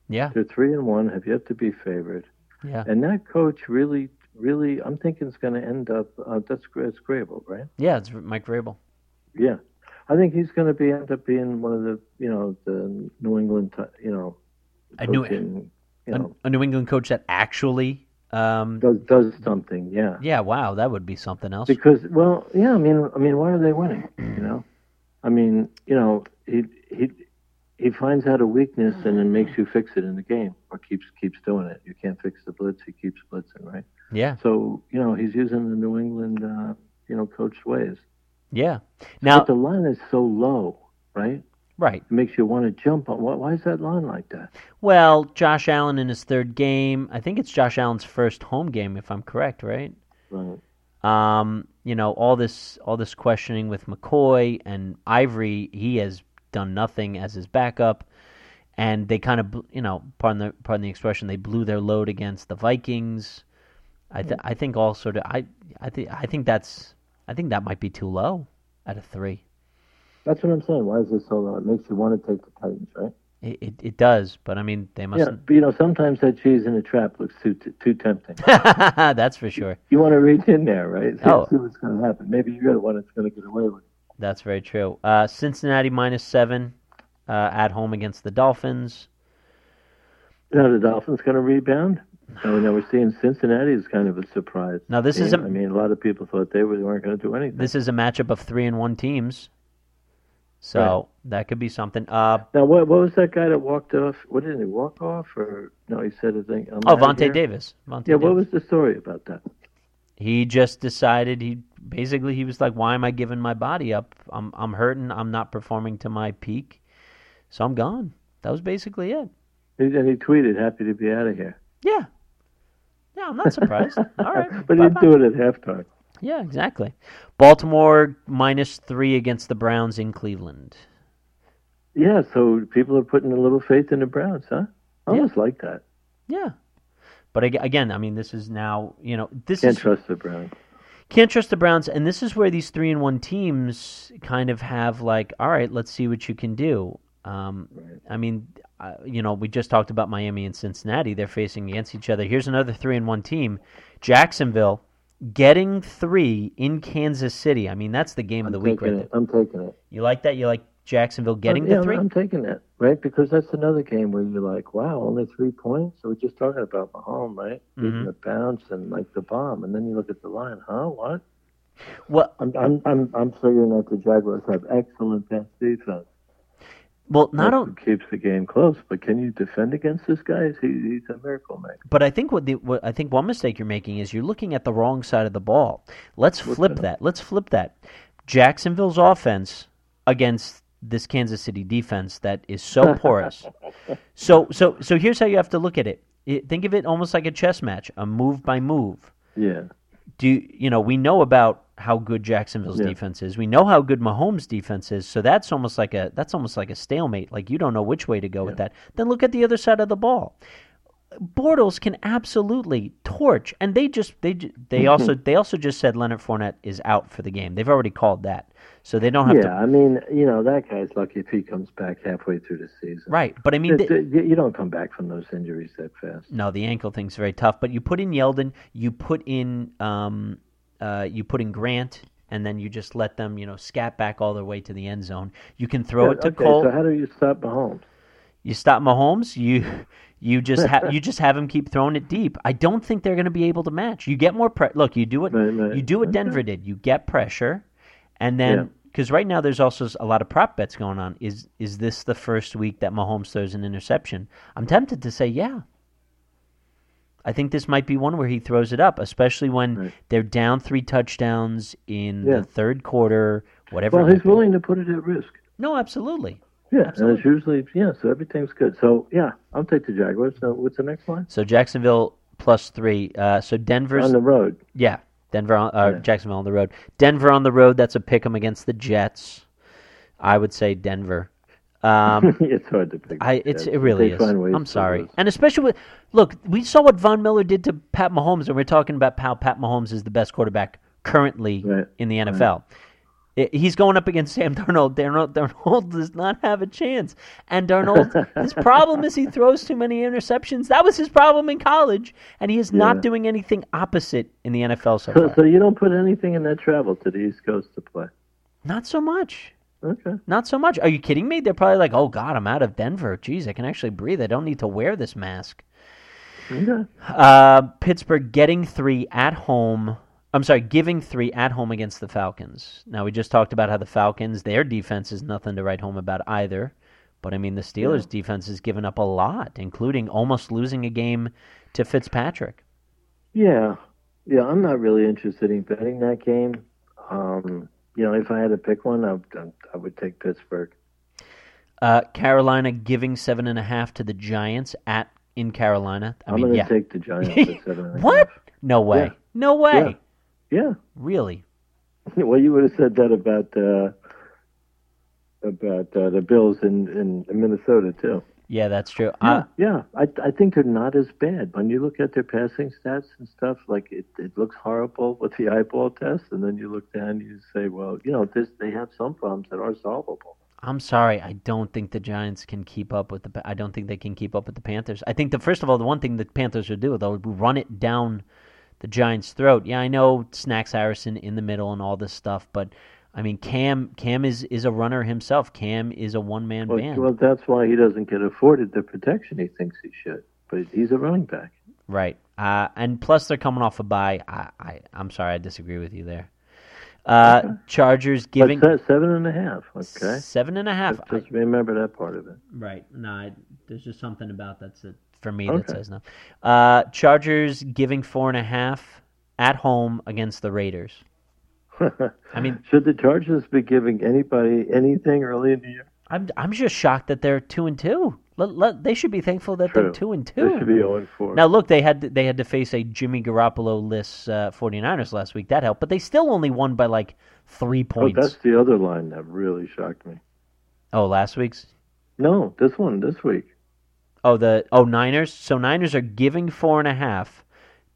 [SPEAKER 1] Yeah,
[SPEAKER 2] They're three and one. Have yet to be favored.
[SPEAKER 1] yeah.
[SPEAKER 2] And that coach really, really, I'm thinking it's going to end up. Uh, that's it's Grable, right?
[SPEAKER 1] Yeah, it's Mike Vrabel.
[SPEAKER 2] Yeah, I think he's going to be end up being one of the, you know, the New England, t- you know,
[SPEAKER 1] I knew it.
[SPEAKER 2] coaching, you know,
[SPEAKER 1] A, a New England coach that actually, um,
[SPEAKER 2] does does something. Yeah,
[SPEAKER 1] yeah, wow, that would be something else.
[SPEAKER 2] because well, yeah. I mean, I mean, why are they winning? You know, I mean, you know, he he he finds out a weakness and then makes you fix it in the game or keeps keeps doing it. You can't fix the blitz; he keeps blitzing, right?
[SPEAKER 1] Yeah.
[SPEAKER 2] So you know he's using the New England uh, you know coached ways.
[SPEAKER 1] Yeah. Now,
[SPEAKER 2] but the line is so low, right?
[SPEAKER 1] right.
[SPEAKER 2] It makes you want to jump on. Why, why is that line like that?
[SPEAKER 1] Well, Josh Allen in his third game. I think it's Josh Allen's first home game, if I'm correct, right?
[SPEAKER 2] Right.
[SPEAKER 1] Um, you know, all this all this questioning with McCoy and Ivory, he has done nothing as his backup, and they kind of, bl- you know, pardon the pardon the expression, they blew their load against the Vikings. I th- I think all sort of I I think I think that's I think that might be too low at a three.
[SPEAKER 2] That's what I'm saying. Why is it so low? It makes you want to take the Titans, right?
[SPEAKER 1] It it, it does, but I mean they
[SPEAKER 2] Yeah,
[SPEAKER 1] mustn't.
[SPEAKER 2] but you know sometimes that cheese in a trap looks too too, too tempting.
[SPEAKER 1] that's for sure.
[SPEAKER 2] You want to reach in there, right? See,
[SPEAKER 1] Oh.
[SPEAKER 2] see what's going to happen. Maybe you're the one that's going to get away with it.
[SPEAKER 1] That's very true. Uh, Cincinnati minus seven uh, at home against the Dolphins.
[SPEAKER 2] Now the Dolphins going to rebound. Now, now we're seeing Cincinnati is kind of a surprise.
[SPEAKER 1] Now, this is
[SPEAKER 2] team.
[SPEAKER 1] a-
[SPEAKER 2] I mean, a lot of people thought they were- they weren't going to do anything.
[SPEAKER 1] This is a matchup of three and one teams, so that could be something. Uh,
[SPEAKER 2] Now, what what was that guy that walked off? What did he walk off or no? He said a thing. I'm
[SPEAKER 1] oh,
[SPEAKER 2] outta
[SPEAKER 1] Vontae
[SPEAKER 2] here.
[SPEAKER 1] Davis. Vontae
[SPEAKER 2] Yeah, what
[SPEAKER 1] Davis.
[SPEAKER 2] was the story about that?
[SPEAKER 1] He just decided he basically he was like, "Why am I giving my body up? I'm I'm hurting. I'm not performing to my peak, so I'm gone." That was basically it.
[SPEAKER 2] He, and he tweeted, "Happy to be out of here."
[SPEAKER 1] Yeah. Yeah, I'm not surprised. All right.
[SPEAKER 2] but he
[SPEAKER 1] bye-bye.
[SPEAKER 2] didn't do it at halftime.
[SPEAKER 1] Yeah, exactly. Baltimore minus three against the Browns in Cleveland.
[SPEAKER 2] Yeah, so people are putting a little faith in the Browns, huh? I almost like that.
[SPEAKER 1] Yeah. But ag- again, I mean, this is now, you know, this
[SPEAKER 2] Can't
[SPEAKER 1] is
[SPEAKER 2] trust the Browns.
[SPEAKER 1] can't trust the Browns, and this is where these three and one teams kind of have like, all right, let's see what you can do. Um, I mean, uh, you know, we just talked about Miami and Cincinnati; they're facing against each other. Here's another three and one team, Jacksonville, getting three in Kansas City. I mean, that's the game of the week, right
[SPEAKER 2] Taking
[SPEAKER 1] there.
[SPEAKER 2] it. I'm taking it.
[SPEAKER 1] You like that? You like Jacksonville getting
[SPEAKER 2] yeah,
[SPEAKER 1] the
[SPEAKER 2] I'm-
[SPEAKER 1] three?
[SPEAKER 2] I'm taking it, right? Because that's another game where you're like, wow, only three points? So we're just talking about Mahomes, right?
[SPEAKER 1] Mm-hmm.
[SPEAKER 2] Even the bounce and like the bomb. And then you look at the line, huh? What?
[SPEAKER 1] Well,
[SPEAKER 2] I'm I'm I'm, I'm figuring out the Jaguars have excellent pass defense.
[SPEAKER 1] well, not
[SPEAKER 2] That's
[SPEAKER 1] on,
[SPEAKER 2] what keeps the game close, but can you defend against this guy? He's- He, he's a miracle maker.
[SPEAKER 1] But I think what the what I think one mistake you're making is you're looking at the wrong side of the ball. Let's flip that. Let's flip that. Jacksonville's offense against this Kansas City defense that is so porous. so so so here's how you have to look at it. It- Think of it almost like a chess match, a move by move.
[SPEAKER 2] Yeah.
[SPEAKER 1] Do you, you know we know about how good Jacksonville's
[SPEAKER 2] Yeah.
[SPEAKER 1] defense is. We know how good Mahomes' defense is. So that's almost like a that's almost like a stalemate. Like you don't know which way to go with that. Then look at the other side of the ball. Bortles can absolutely torch, and they just they ju-
[SPEAKER 2] Mm-hmm.
[SPEAKER 1] they also they also just said Leonard Fournette is out for the game. They've already called that, so they don't have
[SPEAKER 2] Yeah,
[SPEAKER 1] to
[SPEAKER 2] I mean, you know, that guy's lucky if he comes back halfway through the season.
[SPEAKER 1] right. But I mean,
[SPEAKER 2] It-
[SPEAKER 1] they-
[SPEAKER 2] it- you you don't come back from those injuries that fast.
[SPEAKER 1] no, the ankle thing's very tough. But you put in Yeldon, you put in um, uh, you put in Grant, and then you just let them you know scat back all their way to the end zone. You can throw Oh, it to
[SPEAKER 2] okay,
[SPEAKER 1] Cole.
[SPEAKER 2] so how do you stop Mahomes?
[SPEAKER 1] You stop Mahomes, you you just ha- you just have him keep throwing it deep. I don't think they're going to be able to match. You get more pre- look. You do it.
[SPEAKER 2] Right, right.
[SPEAKER 1] You do what Denver did. You get pressure, and
[SPEAKER 2] Yeah.
[SPEAKER 1] then because right now there's also a lot of prop bets going on. Is is this the first week that Mahomes throws an interception? I'm tempted to say yeah. I think this might be one where he throws it up, especially when
[SPEAKER 2] Right.
[SPEAKER 1] they're down three touchdowns in
[SPEAKER 2] Yeah.
[SPEAKER 1] the third quarter. Whatever.
[SPEAKER 2] Well,
[SPEAKER 1] it
[SPEAKER 2] he's
[SPEAKER 1] might be.
[SPEAKER 2] willing to put it at risk.
[SPEAKER 1] No, absolutely.
[SPEAKER 2] Yeah,
[SPEAKER 1] Absolutely.
[SPEAKER 2] and it's usually yeah, so everything's good. So yeah, I'll take the Jaguars. So what's the next line?
[SPEAKER 1] So Jacksonville plus three. Uh, so Denver's
[SPEAKER 2] On the road.
[SPEAKER 1] yeah, Denver on, uh, Jacksonville on the road. Denver on the road. That's a pick 'em against the Jets. I would say Denver. Um,
[SPEAKER 2] it's hard to pick.
[SPEAKER 1] I
[SPEAKER 2] the
[SPEAKER 1] it's
[SPEAKER 2] Jets.
[SPEAKER 1] it really
[SPEAKER 2] They
[SPEAKER 1] is.
[SPEAKER 2] find ways
[SPEAKER 1] I'm
[SPEAKER 2] to
[SPEAKER 1] sorry,
[SPEAKER 2] lose.
[SPEAKER 1] and especially with look, we saw what Von Miller did to Pat Mahomes, and we're talking about how Pat Mahomes is the best quarterback currently
[SPEAKER 2] Right,
[SPEAKER 1] in the NFL. I- He's going up against Sam Darnold. Darnold. Darnold does not have a chance. And Darnold, his problem is he throws too many interceptions. That was his problem in college, and he is not doing anything opposite in the NFL so
[SPEAKER 2] So,
[SPEAKER 1] far.
[SPEAKER 2] so you don't put anything in that travel to the East Coast to play.
[SPEAKER 1] Not so much.
[SPEAKER 2] Okay.
[SPEAKER 1] Not so much. Are you kidding me? They're probably like, oh God, I'm out of Denver. Jeez, I can actually breathe. I don't need to wear this mask.
[SPEAKER 2] Okay.
[SPEAKER 1] Uh, Pittsburgh getting three at home. I'm sorry, giving three at home against the Falcons. Now we just talked about how the Falcons, their defense is nothing to write home about either. But I mean, the Steelers' defense has given up a lot, including almost losing a game to Fitzpatrick.
[SPEAKER 2] Yeah, yeah. I'm not really interested in betting that game. Um, you know, if I had to pick one, I, would- I would take Pittsburgh.
[SPEAKER 1] Uh, Carolina giving seven and a half to the Giants at in Carolina. I
[SPEAKER 2] I'm
[SPEAKER 1] mean,
[SPEAKER 2] going to
[SPEAKER 1] yeah.
[SPEAKER 2] take the Giants at seven. and a
[SPEAKER 1] what?
[SPEAKER 2] half.
[SPEAKER 1] No way.
[SPEAKER 2] Yeah.
[SPEAKER 1] No way.
[SPEAKER 2] Yeah. Yeah.
[SPEAKER 1] Really?
[SPEAKER 2] Well, you would have said that about uh, about uh, the Bills in, in Minnesota too.
[SPEAKER 1] Yeah, that's true. Uh,
[SPEAKER 2] Yeah,
[SPEAKER 1] I,
[SPEAKER 2] yeah. I I think they're not as bad. When you look at their passing stats and stuff, like it, it looks horrible with the eyeball test, and then you look down and you say, well, you know, this they have some problems that are solvable.
[SPEAKER 1] I'm sorry. I don't think the Giants can keep up with the. Pa- I don't think they can keep up with the Panthers. I think the first of all, the one thing the Panthers would do they'll run it down the Giants' throat. Yeah, I know Snacks Harrison in the middle and all this stuff, but I mean Cam Cam is is a runner himself. Cam is a one man
[SPEAKER 2] Well,
[SPEAKER 1] band.
[SPEAKER 2] well, that's why he doesn't get afforded the protection he thinks he should. But he's a running back.
[SPEAKER 1] Right. Uh, and plus, they're coming off a bye. I, I, I'm sorry, I disagree with you there. Uh, Chargers
[SPEAKER 2] But
[SPEAKER 1] giving
[SPEAKER 2] se- seven and a half. Okay,
[SPEAKER 1] seven and a half. I-
[SPEAKER 2] just remember that part of it.
[SPEAKER 1] right. No, I, there's just something about that's it for me that
[SPEAKER 2] Okay.
[SPEAKER 1] says no. Uh, Chargers giving four and a half at home against the Raiders. I mean,
[SPEAKER 2] Should the Chargers be giving anybody anything early in the year?
[SPEAKER 1] I'm I'm just shocked that they're two and two. Let, let, they should be thankful that they're
[SPEAKER 2] True.
[SPEAKER 1] two and two.
[SPEAKER 2] They should be 0 and 4.
[SPEAKER 1] Now, look, they had to, they had to face a Jimmy Garoppolo list uh, 49ers last week. That helped, but they still only won by like three
[SPEAKER 2] oh,
[SPEAKER 1] points.
[SPEAKER 2] that's the other line that really shocked me.
[SPEAKER 1] Oh, last week's.
[SPEAKER 2] No, this one, this week.
[SPEAKER 1] Oh, the oh Niners. So Niners are giving four and a half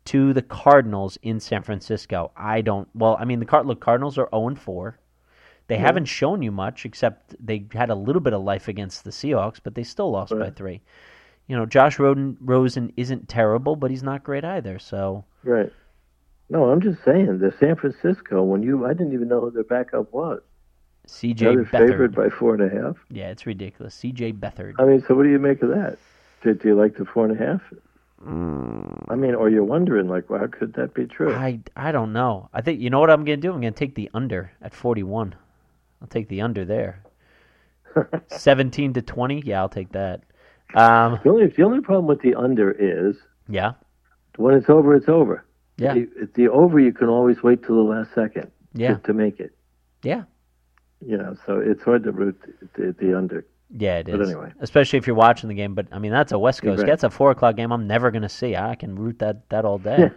[SPEAKER 1] to the Cardinals in San Francisco. I don't. Well, I mean, the Card look Cardinals are zero and four. They haven't shown you much, except they had a little bit of life against the Seahawks, but they still lost by
[SPEAKER 2] Right.
[SPEAKER 1] three. You know, Josh Roden, Rosen isn't terrible, but he's not great either. So
[SPEAKER 2] Right. No, I'm just saying the San Francisco. When you, I didn't even know who their backup was. Now
[SPEAKER 1] C.J.
[SPEAKER 2] they're favored
[SPEAKER 1] Beathard.
[SPEAKER 2] by four and a half.
[SPEAKER 1] Yeah, it's ridiculous. C.J. Beathard.
[SPEAKER 2] I mean, so what do you make of that? Do, do you like the four and a half? I mean, or you're wondering like, well, how could that be true?
[SPEAKER 1] Mm. I I don't know. I think you know what I'm going to do. I'm going to take the under at 41. I'll take the under there. 17 to 20. Yeah, I'll take that. Um,
[SPEAKER 2] The only the only problem with the under is
[SPEAKER 1] yeah.
[SPEAKER 2] when it's over, it's over.
[SPEAKER 1] Yeah.
[SPEAKER 2] The, the over, you can always wait till the last second
[SPEAKER 1] Yeah.
[SPEAKER 2] to, to make it.
[SPEAKER 1] Yeah.
[SPEAKER 2] You know, so it's hard to root the, the under.
[SPEAKER 1] Yeah, it is.
[SPEAKER 2] But anyway.
[SPEAKER 1] Especially if you're watching the game. But I mean, that's a West Coast.
[SPEAKER 2] Right.
[SPEAKER 1] That's a four o'clock game. I'm never going to see. I can root that that all day.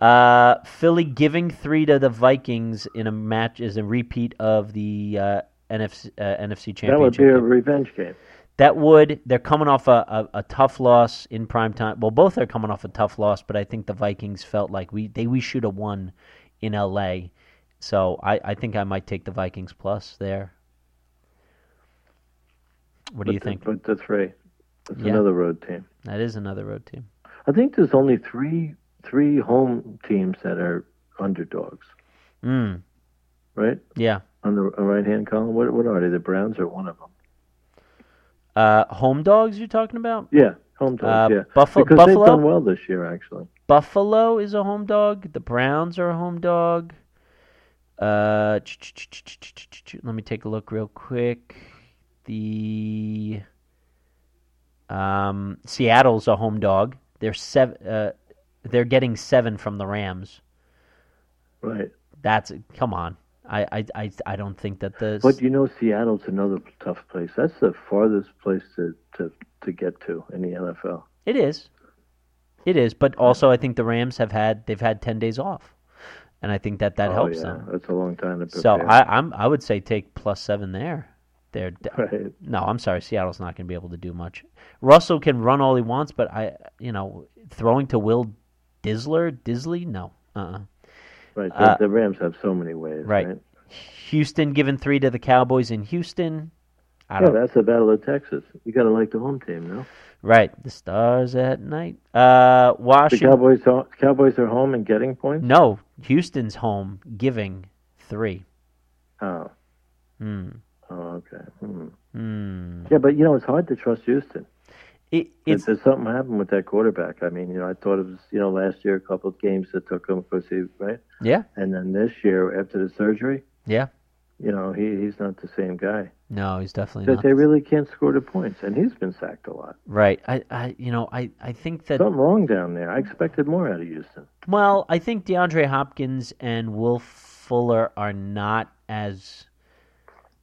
[SPEAKER 1] uh, Philly giving three to the Vikings in a match is a repeat of the uh, NFC uh, NFC Championship.
[SPEAKER 2] That would be a
[SPEAKER 1] game.
[SPEAKER 2] revenge game.
[SPEAKER 1] That would. They're coming off a, a, a tough loss in prime time. Well, both are coming off a tough loss, but I think the Vikings felt like we they we should have won in L.A. So I, I think I might take the Vikings plus there. What do you
[SPEAKER 2] But the-
[SPEAKER 1] think?
[SPEAKER 2] But the three. It's
[SPEAKER 1] Yeah.
[SPEAKER 2] another road team.
[SPEAKER 1] That is another road team.
[SPEAKER 2] I think there's only three three home teams that are underdogs,
[SPEAKER 1] Mm,
[SPEAKER 2] right?
[SPEAKER 1] yeah.
[SPEAKER 2] On the right hand column. What what are they? The Browns are one of them.
[SPEAKER 1] Uh, home dogs you're talking about?
[SPEAKER 2] Yeah, home dogs.
[SPEAKER 1] Uh,
[SPEAKER 2] yeah,
[SPEAKER 1] Buff-
[SPEAKER 2] because
[SPEAKER 1] Buffalo?
[SPEAKER 2] they've done well this year actually.
[SPEAKER 1] Buffalo is a home dog. The Browns are a home dog. Uh, ch- ch- ch- ch- ch- ch- ch- ch- let me take a look real quick. The um, Seattle's a home dog. They're seven. Uh, they're getting seven from the Rams.
[SPEAKER 2] Right.
[SPEAKER 1] That's come on. I I, I, I don't think that the
[SPEAKER 2] But you know, Seattle's another tough place. That's the farthest place to to, to get to in the NFL.
[SPEAKER 1] It is. It is, but also I think the Rams have had they've had ten days off, and I think that that
[SPEAKER 2] oh,
[SPEAKER 1] helps
[SPEAKER 2] yeah.
[SPEAKER 1] them.
[SPEAKER 2] That's a long time to prepare.
[SPEAKER 1] So I, I'm I would say take plus seven there. They're d-
[SPEAKER 2] right.
[SPEAKER 1] no, I'm sorry, Seattle's not going to be able to do much. Russell can run all he wants, but I you know throwing to Will Dizzler Disley no uh uh
[SPEAKER 2] Right. The,
[SPEAKER 1] Uh,
[SPEAKER 2] the Rams have so many ways.
[SPEAKER 1] right.
[SPEAKER 2] Right.
[SPEAKER 1] Houston giving three to the Cowboys in Houston. I
[SPEAKER 2] Yeah,
[SPEAKER 1] don't
[SPEAKER 2] that's the Battle of Texas. You got to like the home team, no?
[SPEAKER 1] right the stars at night. Uh,
[SPEAKER 2] The
[SPEAKER 1] Washington.
[SPEAKER 2] Cowboys are, Cowboys are home and getting points.
[SPEAKER 1] No, Houston's home giving three.
[SPEAKER 2] Oh,
[SPEAKER 1] Mm. Hmm.
[SPEAKER 2] oh okay. Hmm.
[SPEAKER 1] Hmm.
[SPEAKER 2] Yeah, but you know it's hard to trust Houston.
[SPEAKER 1] It,
[SPEAKER 2] It's,
[SPEAKER 1] it's
[SPEAKER 2] there's something happened with that quarterback. I mean, you know, I thought it was you know last year a couple of games that took him, of course, he- right?
[SPEAKER 1] yeah,
[SPEAKER 2] And then this year after the surgery,
[SPEAKER 1] yeah,
[SPEAKER 2] You know, he, he's not the same guy.
[SPEAKER 1] No, he's definitely
[SPEAKER 2] That
[SPEAKER 1] not.
[SPEAKER 2] they really can't score the points, and he's been sacked a lot.
[SPEAKER 1] Right. I, I you know, I, I think that
[SPEAKER 2] Something wrong down there. I expected more out of Houston.
[SPEAKER 1] well, I think DeAndre Hopkins and Will Fuller are not as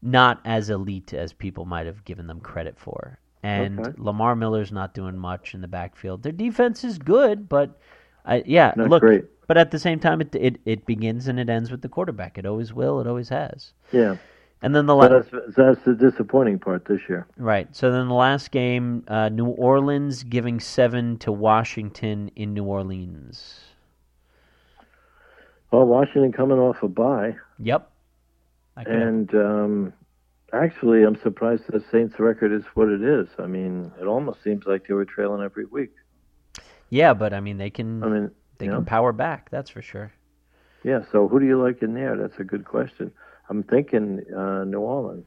[SPEAKER 1] not as elite as people might have given them credit for. And
[SPEAKER 2] Okay.
[SPEAKER 1] Lamar Miller's not doing much in the backfield. Their defense is good, but I yeah,
[SPEAKER 2] Not
[SPEAKER 1] look,
[SPEAKER 2] great.
[SPEAKER 1] but at the same time it, it it begins and it ends with the quarterback. It always will, it always has.
[SPEAKER 2] Yeah,
[SPEAKER 1] And then the
[SPEAKER 2] but
[SPEAKER 1] last
[SPEAKER 2] that's that's the disappointing part this year.
[SPEAKER 1] Right. So then the last game, uh, New Orleans giving seven to Washington in New Orleans.
[SPEAKER 2] Well, Washington coming off a bye,
[SPEAKER 1] Yep. I could have-
[SPEAKER 2] and um, actually, I'm surprised the Saints' record is what it is. I mean, it almost seems like they were trailing every week.
[SPEAKER 1] yeah, but I mean they can
[SPEAKER 2] I mean,
[SPEAKER 1] they
[SPEAKER 2] yeah.
[SPEAKER 1] can power back. That's for sure.
[SPEAKER 2] Yeah, so who do you like in there? That's a good question. I'm thinking uh, New Orleans,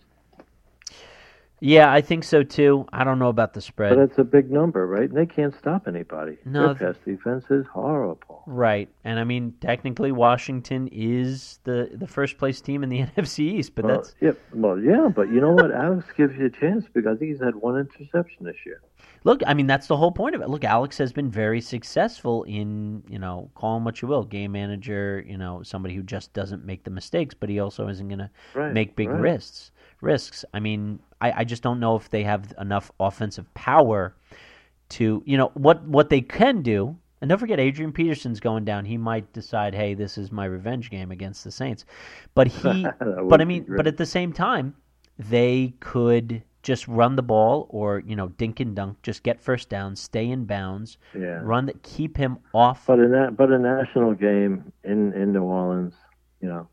[SPEAKER 1] Yeah, I think so too. I don't know about the
[SPEAKER 2] but
[SPEAKER 1] spread.
[SPEAKER 2] that's a big number, right? And they can't stop anybody.
[SPEAKER 1] No,
[SPEAKER 2] Their pass defense is horrible.
[SPEAKER 1] right. And I mean technically Washington is the the first place team in the NFC East, but
[SPEAKER 2] Well,
[SPEAKER 1] that's
[SPEAKER 2] yeah, well, yeah, but you know what? Alex gives you a chance because I think he's had one interception this year.
[SPEAKER 1] Look, I mean that's the whole point of it. Look, Alex has been very successful in, you know, call him what you will, game manager, you know, somebody who just doesn't make the mistakes, but he also isn't gonna
[SPEAKER 2] Right,
[SPEAKER 1] make big
[SPEAKER 2] right.
[SPEAKER 1] risks risks. I mean, I, I just don't know if they have enough offensive power to you know, what what they can do, and don't forget Adrian Peterson's going down. He might decide, hey, this is my revenge game against the Saints. But he
[SPEAKER 2] That would
[SPEAKER 1] but I
[SPEAKER 2] be
[SPEAKER 1] mean
[SPEAKER 2] great.
[SPEAKER 1] but at the same time, they could just run the ball or, you know, dink and dunk, just get first down, stay in bounds,
[SPEAKER 2] Yeah.
[SPEAKER 1] run that keep him off
[SPEAKER 2] But a na- but a national game in in New Orleans, you know,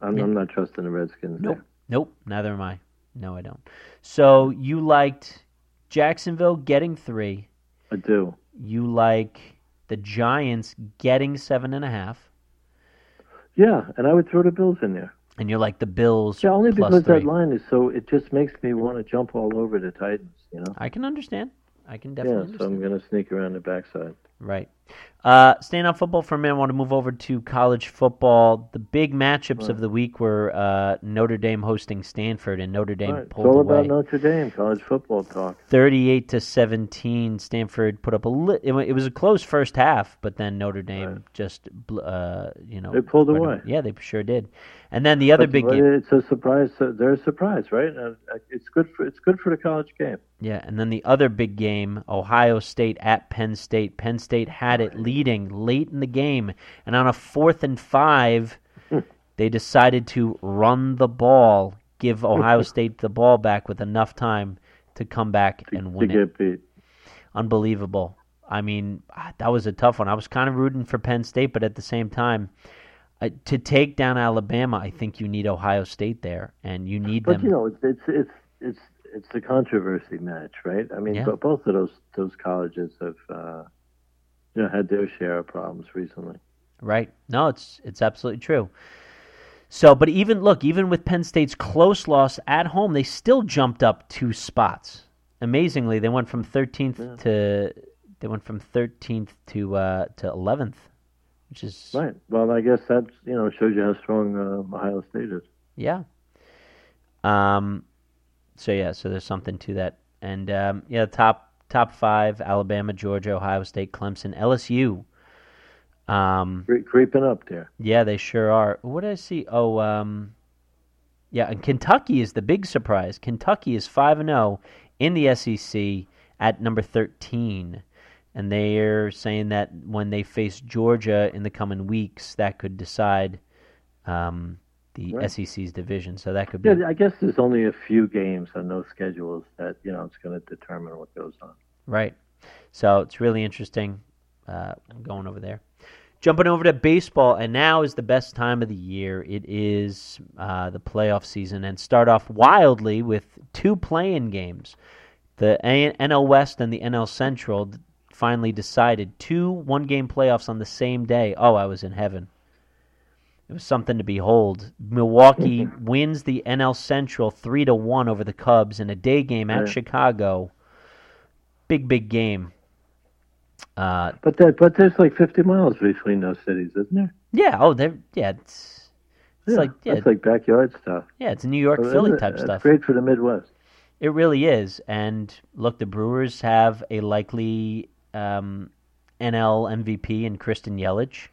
[SPEAKER 2] I'm,
[SPEAKER 1] Yeah.
[SPEAKER 2] I'm not trusting the Redskins.
[SPEAKER 1] Nope. Nope. Neither am I. No, I don't. So you liked Jacksonville getting three.
[SPEAKER 2] there. I do.
[SPEAKER 1] You like the Giants getting seven and a half.
[SPEAKER 2] Yeah, and I would throw the Bills in there.
[SPEAKER 1] And you like the Bills.
[SPEAKER 2] Yeah, only
[SPEAKER 1] plus
[SPEAKER 2] because
[SPEAKER 1] three.
[SPEAKER 2] that line is so. It just makes me want to jump all over the Titans. You know.
[SPEAKER 1] I can understand. I can
[SPEAKER 2] yeah,
[SPEAKER 1] definitely
[SPEAKER 2] so
[SPEAKER 1] understand.
[SPEAKER 2] I'm going to sneak around the backside.
[SPEAKER 1] Right. Uh, staying on football for a minute, I want to move over to college football. The big matchups of the week were uh, Notre Dame hosting Stanford, and Notre Dame
[SPEAKER 2] All right, It's
[SPEAKER 1] pulled
[SPEAKER 2] all
[SPEAKER 1] away.
[SPEAKER 2] about Notre Dame college football talk.
[SPEAKER 1] 38 to 17 stanford put up a li- it, wa- it was a close first half but then notre dame just bl- uh, you know
[SPEAKER 2] They pulled
[SPEAKER 1] ran
[SPEAKER 2] away.
[SPEAKER 1] away. yeah they sure did and then the other
[SPEAKER 2] But-
[SPEAKER 1] big
[SPEAKER 2] but
[SPEAKER 1] game
[SPEAKER 2] It's a surprise. uh, They're a surprise, right? Uh, uh, It's good for it's good for the college game.
[SPEAKER 1] yeah and then the other big game ohio state at penn state penn state had it leading late in the game and on a fourth and five
[SPEAKER 2] Hmm.
[SPEAKER 1] they decided to run the ball give ohio state the ball back with enough time to come back and
[SPEAKER 2] to
[SPEAKER 1] win it
[SPEAKER 2] get beat.
[SPEAKER 1] unbelievable. I mean, ah, that was a tough one. I was kind of rooting for Penn State, but at the same time, I, to take down Alabama, I think you need Ohio State there, and you need
[SPEAKER 2] But
[SPEAKER 1] them.
[SPEAKER 2] you know, it's it's it's it's it's the controversy match, right? I mean,
[SPEAKER 1] Yeah.
[SPEAKER 2] but both of those those colleges have uh, you know had their share of problems recently.
[SPEAKER 1] Right? No, it's it's absolutely true. So, but even look, even with Penn State's close loss at home, they still jumped up two spots. Amazingly, they went from 13th to they went from 13th to uh, to 11th, which is
[SPEAKER 2] Right. Well, I guess that's you know shows you how strong uh, Ohio State is.
[SPEAKER 1] Yeah. Um. So yeah, so there's something to that, and um, yeah, top top five: Alabama, Georgia, Ohio State, Clemson, LSU. Um.
[SPEAKER 2] Cre- creeping up there.
[SPEAKER 1] Yeah, they sure are. What did I see? Oh. Um. Yeah, and Kentucky is the big surprise. Kentucky is five and zero in the SEC at number thirteen. And they're saying that when they face Georgia in the coming weeks, that could decide um, the
[SPEAKER 2] Right.
[SPEAKER 1] SEC's division. So that could be
[SPEAKER 2] Yeah, I guess there's only a few games on those schedules that you know it's going to determine what goes on.
[SPEAKER 1] Right. So it's really interesting uh, going over there. Jumping over to baseball, and now is the best time of the year. It is uh, the playoff season, and start off wildly with two play-in games. The A- NL West and the NL Central d- finally decided two one-game playoffs on the same day. Oh, I was in heaven. It was something to behold. Milwaukee wins the NL Central three to one over the Cubs in a day game at
[SPEAKER 2] Right.
[SPEAKER 1] Chicago. Big big game. Uh,
[SPEAKER 2] But that but there's like 50 miles between those cities, isn't there?
[SPEAKER 1] yeah. Oh, they're yeah. It's, It's like yeah,
[SPEAKER 2] That's like backyard stuff.
[SPEAKER 1] yeah, it's New York
[SPEAKER 2] But
[SPEAKER 1] Philly
[SPEAKER 2] isn't it-
[SPEAKER 1] type
[SPEAKER 2] it's
[SPEAKER 1] stuff.
[SPEAKER 2] Great for the Midwest.
[SPEAKER 1] It really is. And look, the Brewers have a likely um, NL MVP in Kristen Yelich.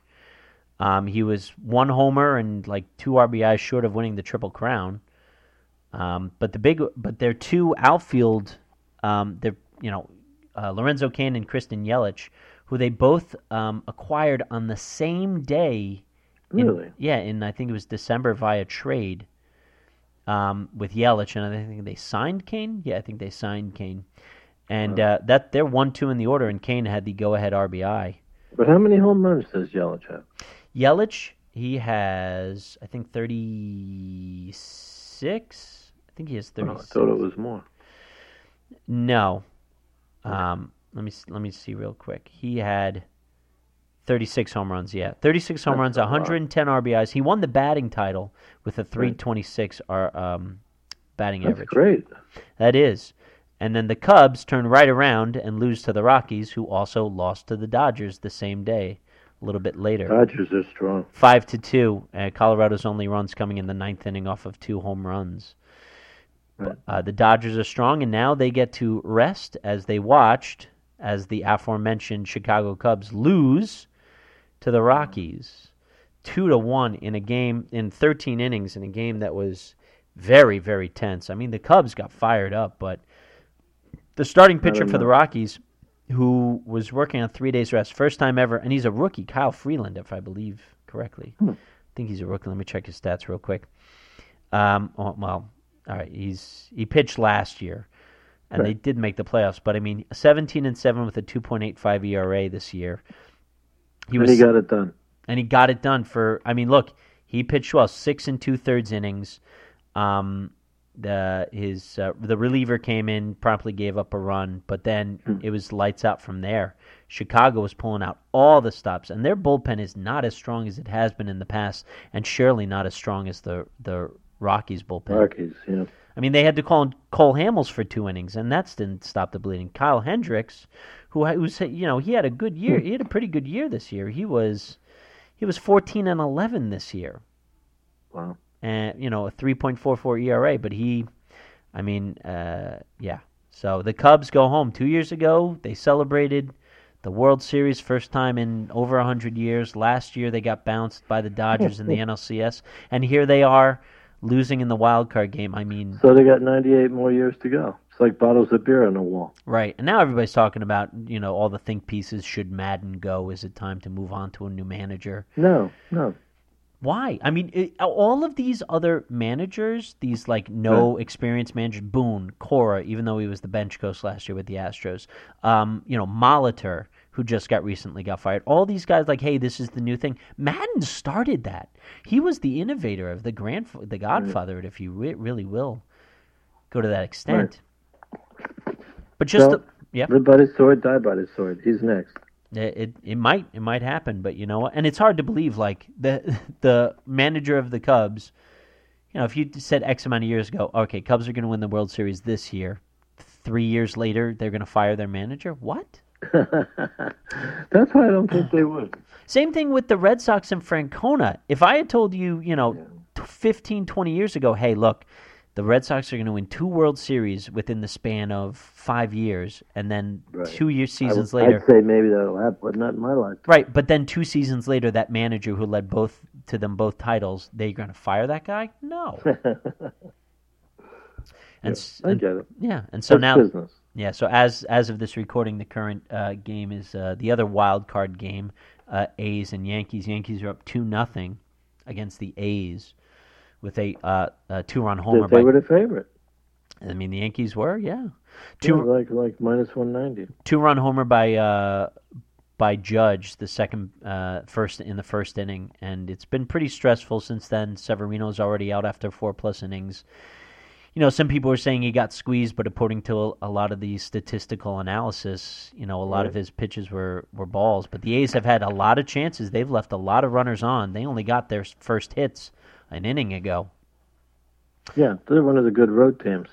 [SPEAKER 1] Um, he was one homer and like two RBIs short of winning the Triple Crown. Um, but the big, but their two outfield, um, they're you know uh, Lorenzo Kane and Kristen Yelich, who they both um, acquired on the same day. in-
[SPEAKER 2] Really?
[SPEAKER 1] yeah, in I think it was December via trade um, with Yelich, and I think they signed Kane. Yeah, I think they signed Kane, and uh, that they're one two in the order, and Kane had the go ahead RBI.
[SPEAKER 2] But how many home runs does Yelich have?
[SPEAKER 1] Yelich, he has I think thirty six. I think he has
[SPEAKER 2] Oh,
[SPEAKER 1] thirty
[SPEAKER 2] I
[SPEAKER 1] six.
[SPEAKER 2] thought it was more.
[SPEAKER 1] No. Um, let me s- let me see real quick. He had 36 home runs. Yeah, 36 home
[SPEAKER 2] That's
[SPEAKER 1] runs,
[SPEAKER 2] a lot.
[SPEAKER 1] 110 RBIs. He won the batting title with a 326 R, um, batting
[SPEAKER 2] That's
[SPEAKER 1] average.
[SPEAKER 2] great.
[SPEAKER 1] That is. And then the Cubs turn right around and lose to the Rockies, who also lost to the Dodgers the same day, a little bit later
[SPEAKER 2] Dodgers are strong.
[SPEAKER 1] five to two. Uh, Colorado's only runs coming in the ninth inning off of two home runs.
[SPEAKER 2] Right.
[SPEAKER 1] Uh, the Dodgers are strong, and now they get to rest as they watched as the aforementioned Chicago Cubs lose to the Rockies, two to one in a game in 13 innings in a game that was very very tense. I mean, the Cubs got fired up, but the starting pitcher
[SPEAKER 2] don't
[SPEAKER 1] for the
[SPEAKER 2] know.
[SPEAKER 1] Rockies, who was working on three days rest, first time ever, and he's a rookie, Kyle Freeland, if I believe correctly. I think he's a rookie. Let me check his stats real quick. Um, oh, well, all right, he's he pitched last year, and they did make the playoffs. But I mean, 17 and seven with a 2.85 ERA E this year. He
[SPEAKER 2] And he got it done.
[SPEAKER 1] and he got it done for. I mean, look, he pitched well, six and two thirds innings. Um, the his uh, the reliever came in, promptly gave up a run, but then it was lights out from there. Chicago was pulling out all the stops, and their bullpen is not as strong as it has been in the past, and surely not as strong as the the Rockies bullpen.
[SPEAKER 2] Rockies, yeah.
[SPEAKER 1] I mean, they had to call in Cole Hamels for two innings, and that's didn't stop the bleeding. Kyle Hendricks, who ha- who's you know he had a good year, he had a pretty good year this year. He was he was fourteen and eleven this year,
[SPEAKER 2] Wow.
[SPEAKER 1] and you know a three point four four ERA. But he, I mean, uh, yeah. So the Cubs go home. Two years ago, they celebrated the World Series first time in over hundred years. Last year, they got bounced by the Dodgers in the NLCS, and here they are losing in the wild card game. I mean.
[SPEAKER 2] So they got 98 more years to go. It's like bottles of beer on the wall.
[SPEAKER 1] Right. And now everybody's talking about, you know, all the think pieces. Should Madden go? Is it time to move on to a new manager?
[SPEAKER 2] No, no.
[SPEAKER 1] Why? I mean, it, all of these other managers, these like no experience managers, Boone, Cora, even though he was the bench coach last year with the Astros, um, you know, Molitor, who just got recently got fired. All these guys, like, hey, this is the new thing. Madden started that. He was the innovator of the grand, the Godfather, if you re- really will go to that extent. But just
[SPEAKER 2] So-
[SPEAKER 1] the, yeah.
[SPEAKER 2] Live by the sword, die by the sword. He's next.
[SPEAKER 1] It, it it might it might happen, but you know what? And it's hard to believe like the the manager of the Cubs, you know, if you said X amount of years ago, okay, Cubs are going to win the World Series this year. Three years later, they're going to fire their manager. What?
[SPEAKER 2] That's why I don't think they would.
[SPEAKER 1] Same thing with the Red Sox and Francona. If I had told you, you know, t 15, 20 years ago, hey, look, the Red Sox are going to win two World Series within the span of five years, and then
[SPEAKER 2] Right.
[SPEAKER 1] two year seasons
[SPEAKER 2] I,
[SPEAKER 1] later,
[SPEAKER 2] I'd say maybe that'll happen, but not in my life.
[SPEAKER 1] Right, but then two seasons later, that manager who led both to them both titles, they going to fire that guy? No. and, s-
[SPEAKER 2] I
[SPEAKER 1] and-
[SPEAKER 2] get it.
[SPEAKER 1] yeah, and so
[SPEAKER 2] That's
[SPEAKER 1] now,
[SPEAKER 2] business.
[SPEAKER 1] yeah, so as as of this recording, the current uh, game is uh, the other wild card game, uh, A's and Yankees. Yankees are up two nothing against the A's with a, uh, a two run
[SPEAKER 2] They,
[SPEAKER 1] homer.
[SPEAKER 2] they
[SPEAKER 1] By,
[SPEAKER 2] were the favorite.
[SPEAKER 1] I mean, the Yankees were, yeah,
[SPEAKER 2] Yeah,
[SPEAKER 1] two
[SPEAKER 2] like like minus 190.
[SPEAKER 1] two run homer by uh, by Judge the second uh, first in the first inning, and it's been pretty stressful since then. Severino's already out after four plus innings. You know, some people are saying he got squeezed, but according to a, a lot of the statistical analysis, you know, a lot of his pitches were, were balls. But the A's have had a lot of chances. They've left a lot of runners on. They only got their first hits an inning ago.
[SPEAKER 2] Yeah, they're one of the good road teams,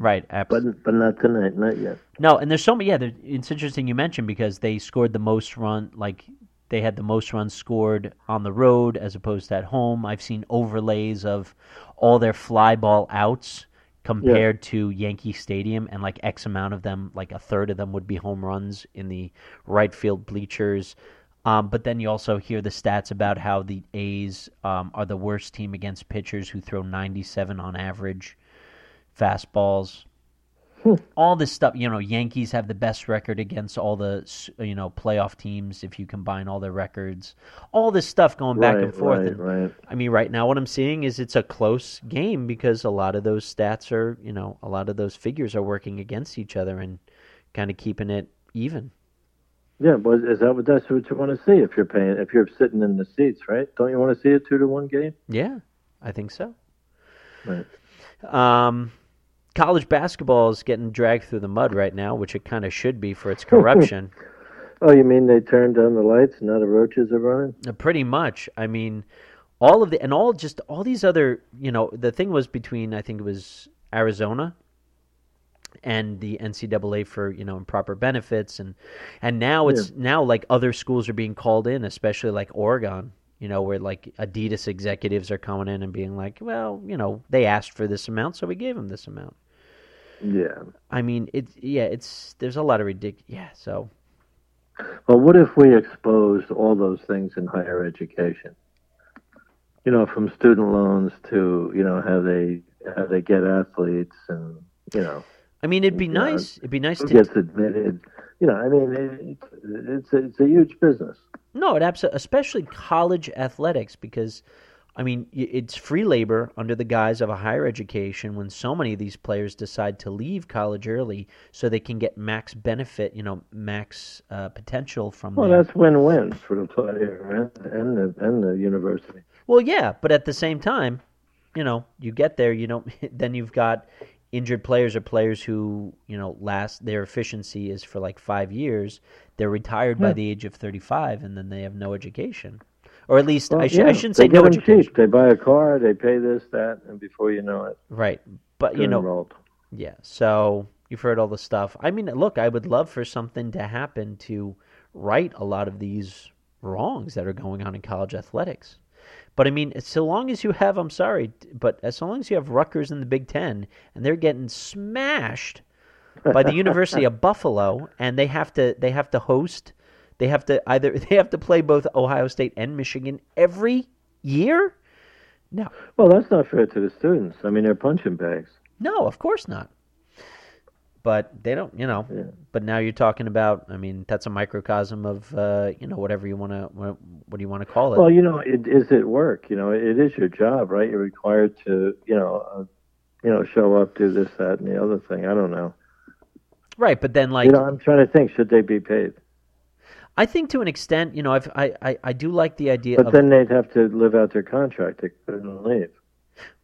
[SPEAKER 1] Right. Absolutely.
[SPEAKER 2] but but not tonight, not yet.
[SPEAKER 1] No, and there's so many. Yeah, there- it's interesting you mentioned because they scored the most run. Like they had the most runs scored on the road as opposed to at home. I've seen overlays of all their fly ball outs compared to Yankee Stadium, and like X amount of them, like a third of them would be home runs in the right field bleachers. Um, but then you also hear the stats about how the A's um, are the worst team against pitchers who throw 97 on average fastballs.
[SPEAKER 2] Hmm.
[SPEAKER 1] All this stuff, you know, Yankees have the best record against all the, s- you know, playoff teams if you combine all their records. All this stuff going back
[SPEAKER 2] right,
[SPEAKER 1] and forth.
[SPEAKER 2] Right,
[SPEAKER 1] and-
[SPEAKER 2] right.
[SPEAKER 1] I mean, right now, what I'm seeing is it's a close game because a lot of those stats are, you know, a lot of those figures are working against each other and kind of keeping it even.
[SPEAKER 2] Yeah, but is that what that's what you want to see if you're paying if you're sitting in the seats, right? Don't you want to see a two to one game?
[SPEAKER 1] Yeah, I think so.
[SPEAKER 2] Right.
[SPEAKER 1] Um, college basketball is getting dragged through the mud right now, which it kind of should be for its corruption.
[SPEAKER 2] Oh, you mean they turned down the lights and now the roaches are running?
[SPEAKER 1] Uh, Pretty much. I mean, all of the and all just all these other you know the thing was between I think it was Arizona and the NCAA for you know improper benefits and and now it's now like other schools are being called in, especially like Oregon. You know, where like Adidas executives are coming in and being like, well, you know, they asked for this amount, so we gave them this amount.
[SPEAKER 2] Yeah.
[SPEAKER 1] I mean, it's yeah, it's there's a lot of ridic. Yeah, so
[SPEAKER 2] Well, what if we exposed all those things in higher education? You know, from student loans to you know how they how they get athletes and you know
[SPEAKER 1] I mean, it'd be
[SPEAKER 2] Yeah.
[SPEAKER 1] nice. It'd be nice
[SPEAKER 2] who
[SPEAKER 1] to
[SPEAKER 2] gets admitted. You know, I mean, it, it's a, it's a huge business.
[SPEAKER 1] No, it absolutely, especially college athletics, because I mean y- it's free labor under the guise of a higher education. When so many of these players decide to leave college early so they can get max benefit, you know, max uh, potential from.
[SPEAKER 2] Well,
[SPEAKER 1] their-
[SPEAKER 2] that's win-win for the player and, and the and the university.
[SPEAKER 1] Well, yeah, but at the same time, you know, you get there, you don't. Then you've got injured players or players who, you know, last their efficiency is for like five years. They're retired by the age of thirty-five, and then they have no education, or at least I,
[SPEAKER 2] Well,
[SPEAKER 1] sh- I
[SPEAKER 2] yeah,
[SPEAKER 1] shouldn't
[SPEAKER 2] they
[SPEAKER 1] say
[SPEAKER 2] get
[SPEAKER 1] no
[SPEAKER 2] 'em
[SPEAKER 1] education.
[SPEAKER 2] cheap. They buy a car, they pay this, that, and before you know it,
[SPEAKER 1] Right, but
[SPEAKER 2] they're
[SPEAKER 1] you know,
[SPEAKER 2] enrolled.
[SPEAKER 1] yeah. So you've heard all the stuff. I mean, look, I would love for something to happen to right a lot of these wrongs that are going on in college athletics. But I mean, so long as you have, I'm sorry, but as long as you have Rutgers in the Big Ten and they're getting smashed by the University of Buffalo, and they have to they have to host, they have to either they have to play both Ohio State and Michigan every year. No,
[SPEAKER 2] Well, that's not fair to the students. I mean, they're punching bags.
[SPEAKER 1] No, of course not. But they don't, you know. But now you're talking about. I mean, that's a microcosm of, uh, you know, whatever you want to. What, what do you want to call it?
[SPEAKER 2] Well, you know, it is at work. You know, it is your job, right? You're required to, you know, uh, you know, show up, do this, that, and the other thing. I don't know.
[SPEAKER 1] right, but then like
[SPEAKER 2] You know, I'm trying to think. Should they be paid?
[SPEAKER 1] I think to an extent, you know, I've, I, I I do like the idea
[SPEAKER 2] But
[SPEAKER 1] of.
[SPEAKER 2] then they'd have to live out their contract. They couldn't leave.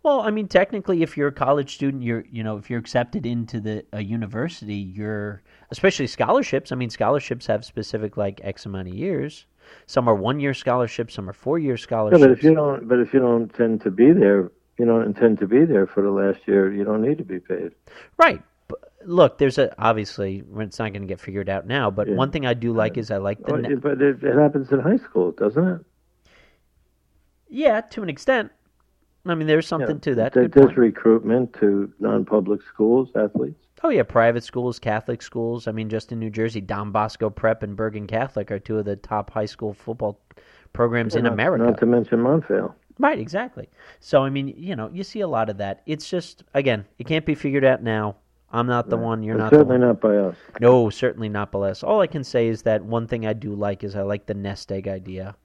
[SPEAKER 1] well, I mean, technically, if you're a college student, you're you know, if you're accepted into the a university, you're especially scholarships. I mean, scholarships have specific like X amount of years. Some are one year scholarships. Some are four year
[SPEAKER 2] Yeah,
[SPEAKER 1] scholarships.
[SPEAKER 2] but if you don't, but if you don't intend to be there, you don't intend to be there for the last year. You don't need to be paid.
[SPEAKER 1] Right. But look, there's a obviously it's not going to get figured out now. But one thing I do like is I like the
[SPEAKER 2] Well,
[SPEAKER 1] na-
[SPEAKER 2] it- but it, it happens in high school, doesn't it?
[SPEAKER 1] yeah to an extent. I mean, there's something to that.
[SPEAKER 2] Th-
[SPEAKER 1] Good
[SPEAKER 2] There's
[SPEAKER 1] point.
[SPEAKER 2] recruitment to non-public schools, athletes.
[SPEAKER 1] oh yeah, private schools, Catholic schools. I mean, just in New Jersey, Don Bosco Prep and Bergen Catholic are two of the top high school football programs in
[SPEAKER 2] Not-
[SPEAKER 1] America.
[SPEAKER 2] Not to mention Montvale.
[SPEAKER 1] Right, exactly. So I mean, you know, you see a lot of that. It's just again, it can't be figured out now. I'm not the one. You're
[SPEAKER 2] And
[SPEAKER 1] not the one.
[SPEAKER 2] certainly not by us.
[SPEAKER 1] No, certainly not Bless. All I can say is that one thing I do like is I like the nest egg idea.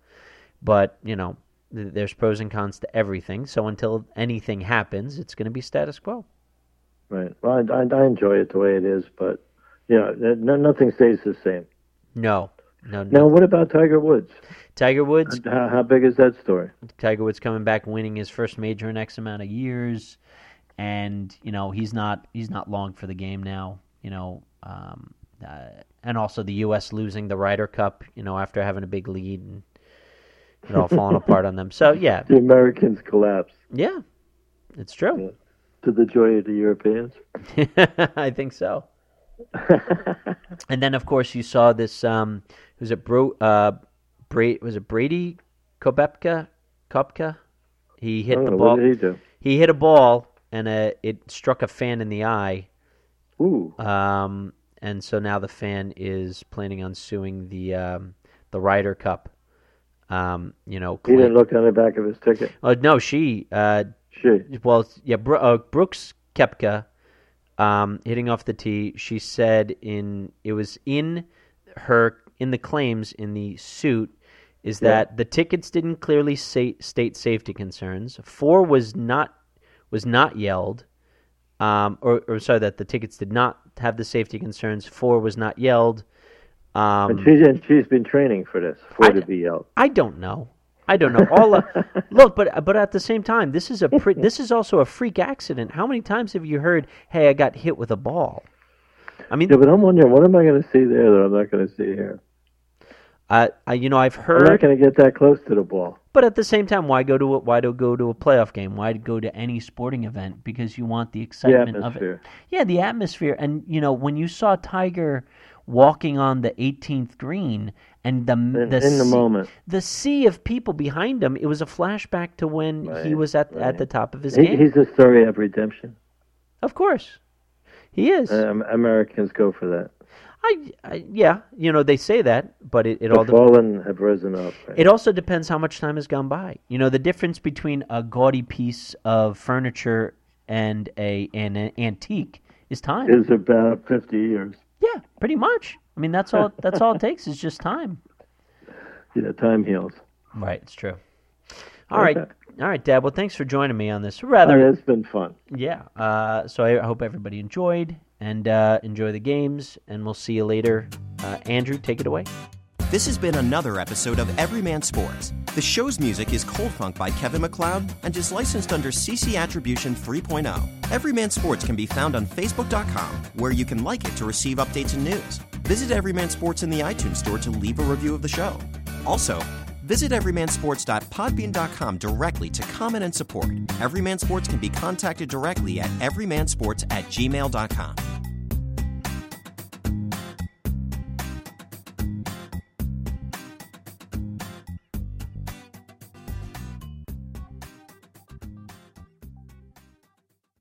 [SPEAKER 1] But, you know, th- there's pros and cons to everything. So until anything happens, it's going to be status quo.
[SPEAKER 2] Right. Well, I, I, I enjoy it the way it is, but you know, th- no, nothing stays the same.
[SPEAKER 1] No. No, no.
[SPEAKER 2] Now, what about Tiger Woods?
[SPEAKER 1] Tiger Woods,
[SPEAKER 2] How, how big is that story?
[SPEAKER 1] Tiger Woods coming back winning his first major in X amount of years and, you know, he's not he's not long for the game now, you know, um uh, and also the US losing the Ryder Cup, you know, after having a big lead and it all falling apart on them. So, yeah,
[SPEAKER 2] The Americans collapse
[SPEAKER 1] Yeah, it's true.
[SPEAKER 2] to the joy of the Europeans.
[SPEAKER 1] I think so. and then, of course, you saw this. Um, who's it? Bro, uh, Brady was it Brady Kopepka Kopka? He hit
[SPEAKER 2] Oh,
[SPEAKER 1] the
[SPEAKER 2] what
[SPEAKER 1] ball.
[SPEAKER 2] did he do?
[SPEAKER 1] He hit a ball and uh, it struck a fan in the eye.
[SPEAKER 2] Ooh,
[SPEAKER 1] Um, and so now the fan is planning on suing the um, the Ryder Cup. Um, you know,
[SPEAKER 2] he didn't
[SPEAKER 1] claim-
[SPEAKER 2] look on the back of his ticket.
[SPEAKER 1] Oh, no, she uh,
[SPEAKER 2] She.
[SPEAKER 1] well, it's- yeah, Bro- uh, Brooks Kepka um, hitting off the tee. She said in it was in her in the claims in the suit is
[SPEAKER 2] Yeah.
[SPEAKER 1] that the tickets didn't clearly say, state safety concerns. Four was not was not yelled, um, or, or sorry that the tickets did not have the safety concerns. Four was not yelled. Um,
[SPEAKER 2] And she's and she's been training for this for
[SPEAKER 1] I-
[SPEAKER 2] to be out.
[SPEAKER 1] I don't know. I don't know. All uh, look, but but at the same time, this is a pre, this is also a freak accident. How many times have you heard, "Hey, I got hit with a ball"? I mean,
[SPEAKER 2] Yeah, but I'm wondering what am I going to see there that I'm not going to see here?
[SPEAKER 1] I, I you know I've
[SPEAKER 2] I'm not
[SPEAKER 1] heard,
[SPEAKER 2] going to get that close to the ball.
[SPEAKER 1] but at the same time, why go to a, why do go to a playoff game? Why go to any sporting event? Because you want the
[SPEAKER 2] The
[SPEAKER 1] excitement of it.
[SPEAKER 2] atmosphere.
[SPEAKER 1] Yeah, the atmosphere, and you know when you saw Tiger walking on the 18th green and the
[SPEAKER 2] In,
[SPEAKER 1] the
[SPEAKER 2] in the
[SPEAKER 1] se-
[SPEAKER 2] moment,
[SPEAKER 1] the sea of people behind him. It was a flashback to when he
[SPEAKER 2] Right,
[SPEAKER 1] was at at
[SPEAKER 2] right.
[SPEAKER 1] the top of his
[SPEAKER 2] he,
[SPEAKER 1] game.
[SPEAKER 2] he's the story of redemption.
[SPEAKER 1] Of course, he is.
[SPEAKER 2] Um, Americans go for that.
[SPEAKER 1] I, I yeah, you know they say that, but it, it all
[SPEAKER 2] The
[SPEAKER 1] de-
[SPEAKER 2] fallen have risen up. right?
[SPEAKER 1] it also depends how much time has gone by. You know the difference between a gaudy piece of furniture and a and an antique is time.
[SPEAKER 2] Is about 50 years.
[SPEAKER 1] yeah, pretty much. I mean that's all that's all it takes is just time.
[SPEAKER 2] Yeah, time heals.
[SPEAKER 1] Right, it's true. All right,
[SPEAKER 2] Okay.
[SPEAKER 1] all right, Dad. Well, thanks for joining me on this rather
[SPEAKER 2] I mean, it's been fun.
[SPEAKER 1] Yeah. Uh, so I hope everybody enjoyed and uh, enjoy the games, and we'll see you later. Uh, Andrew, take it away.
[SPEAKER 3] This has been another episode of Everyman Sports. The show's music is Cold Funk by Kevin McLeod and is licensed under CC Attribution 3.0. Everyman Sports can be found on Facebook.com, where you can like it to receive updates and news. Visit Everyman Sports in the iTunes Store to leave a review of the show. Also, visit everymansports.podbean.com directly to comment and support. Everyman Sports can be contacted directly at everymansports at gmail.com.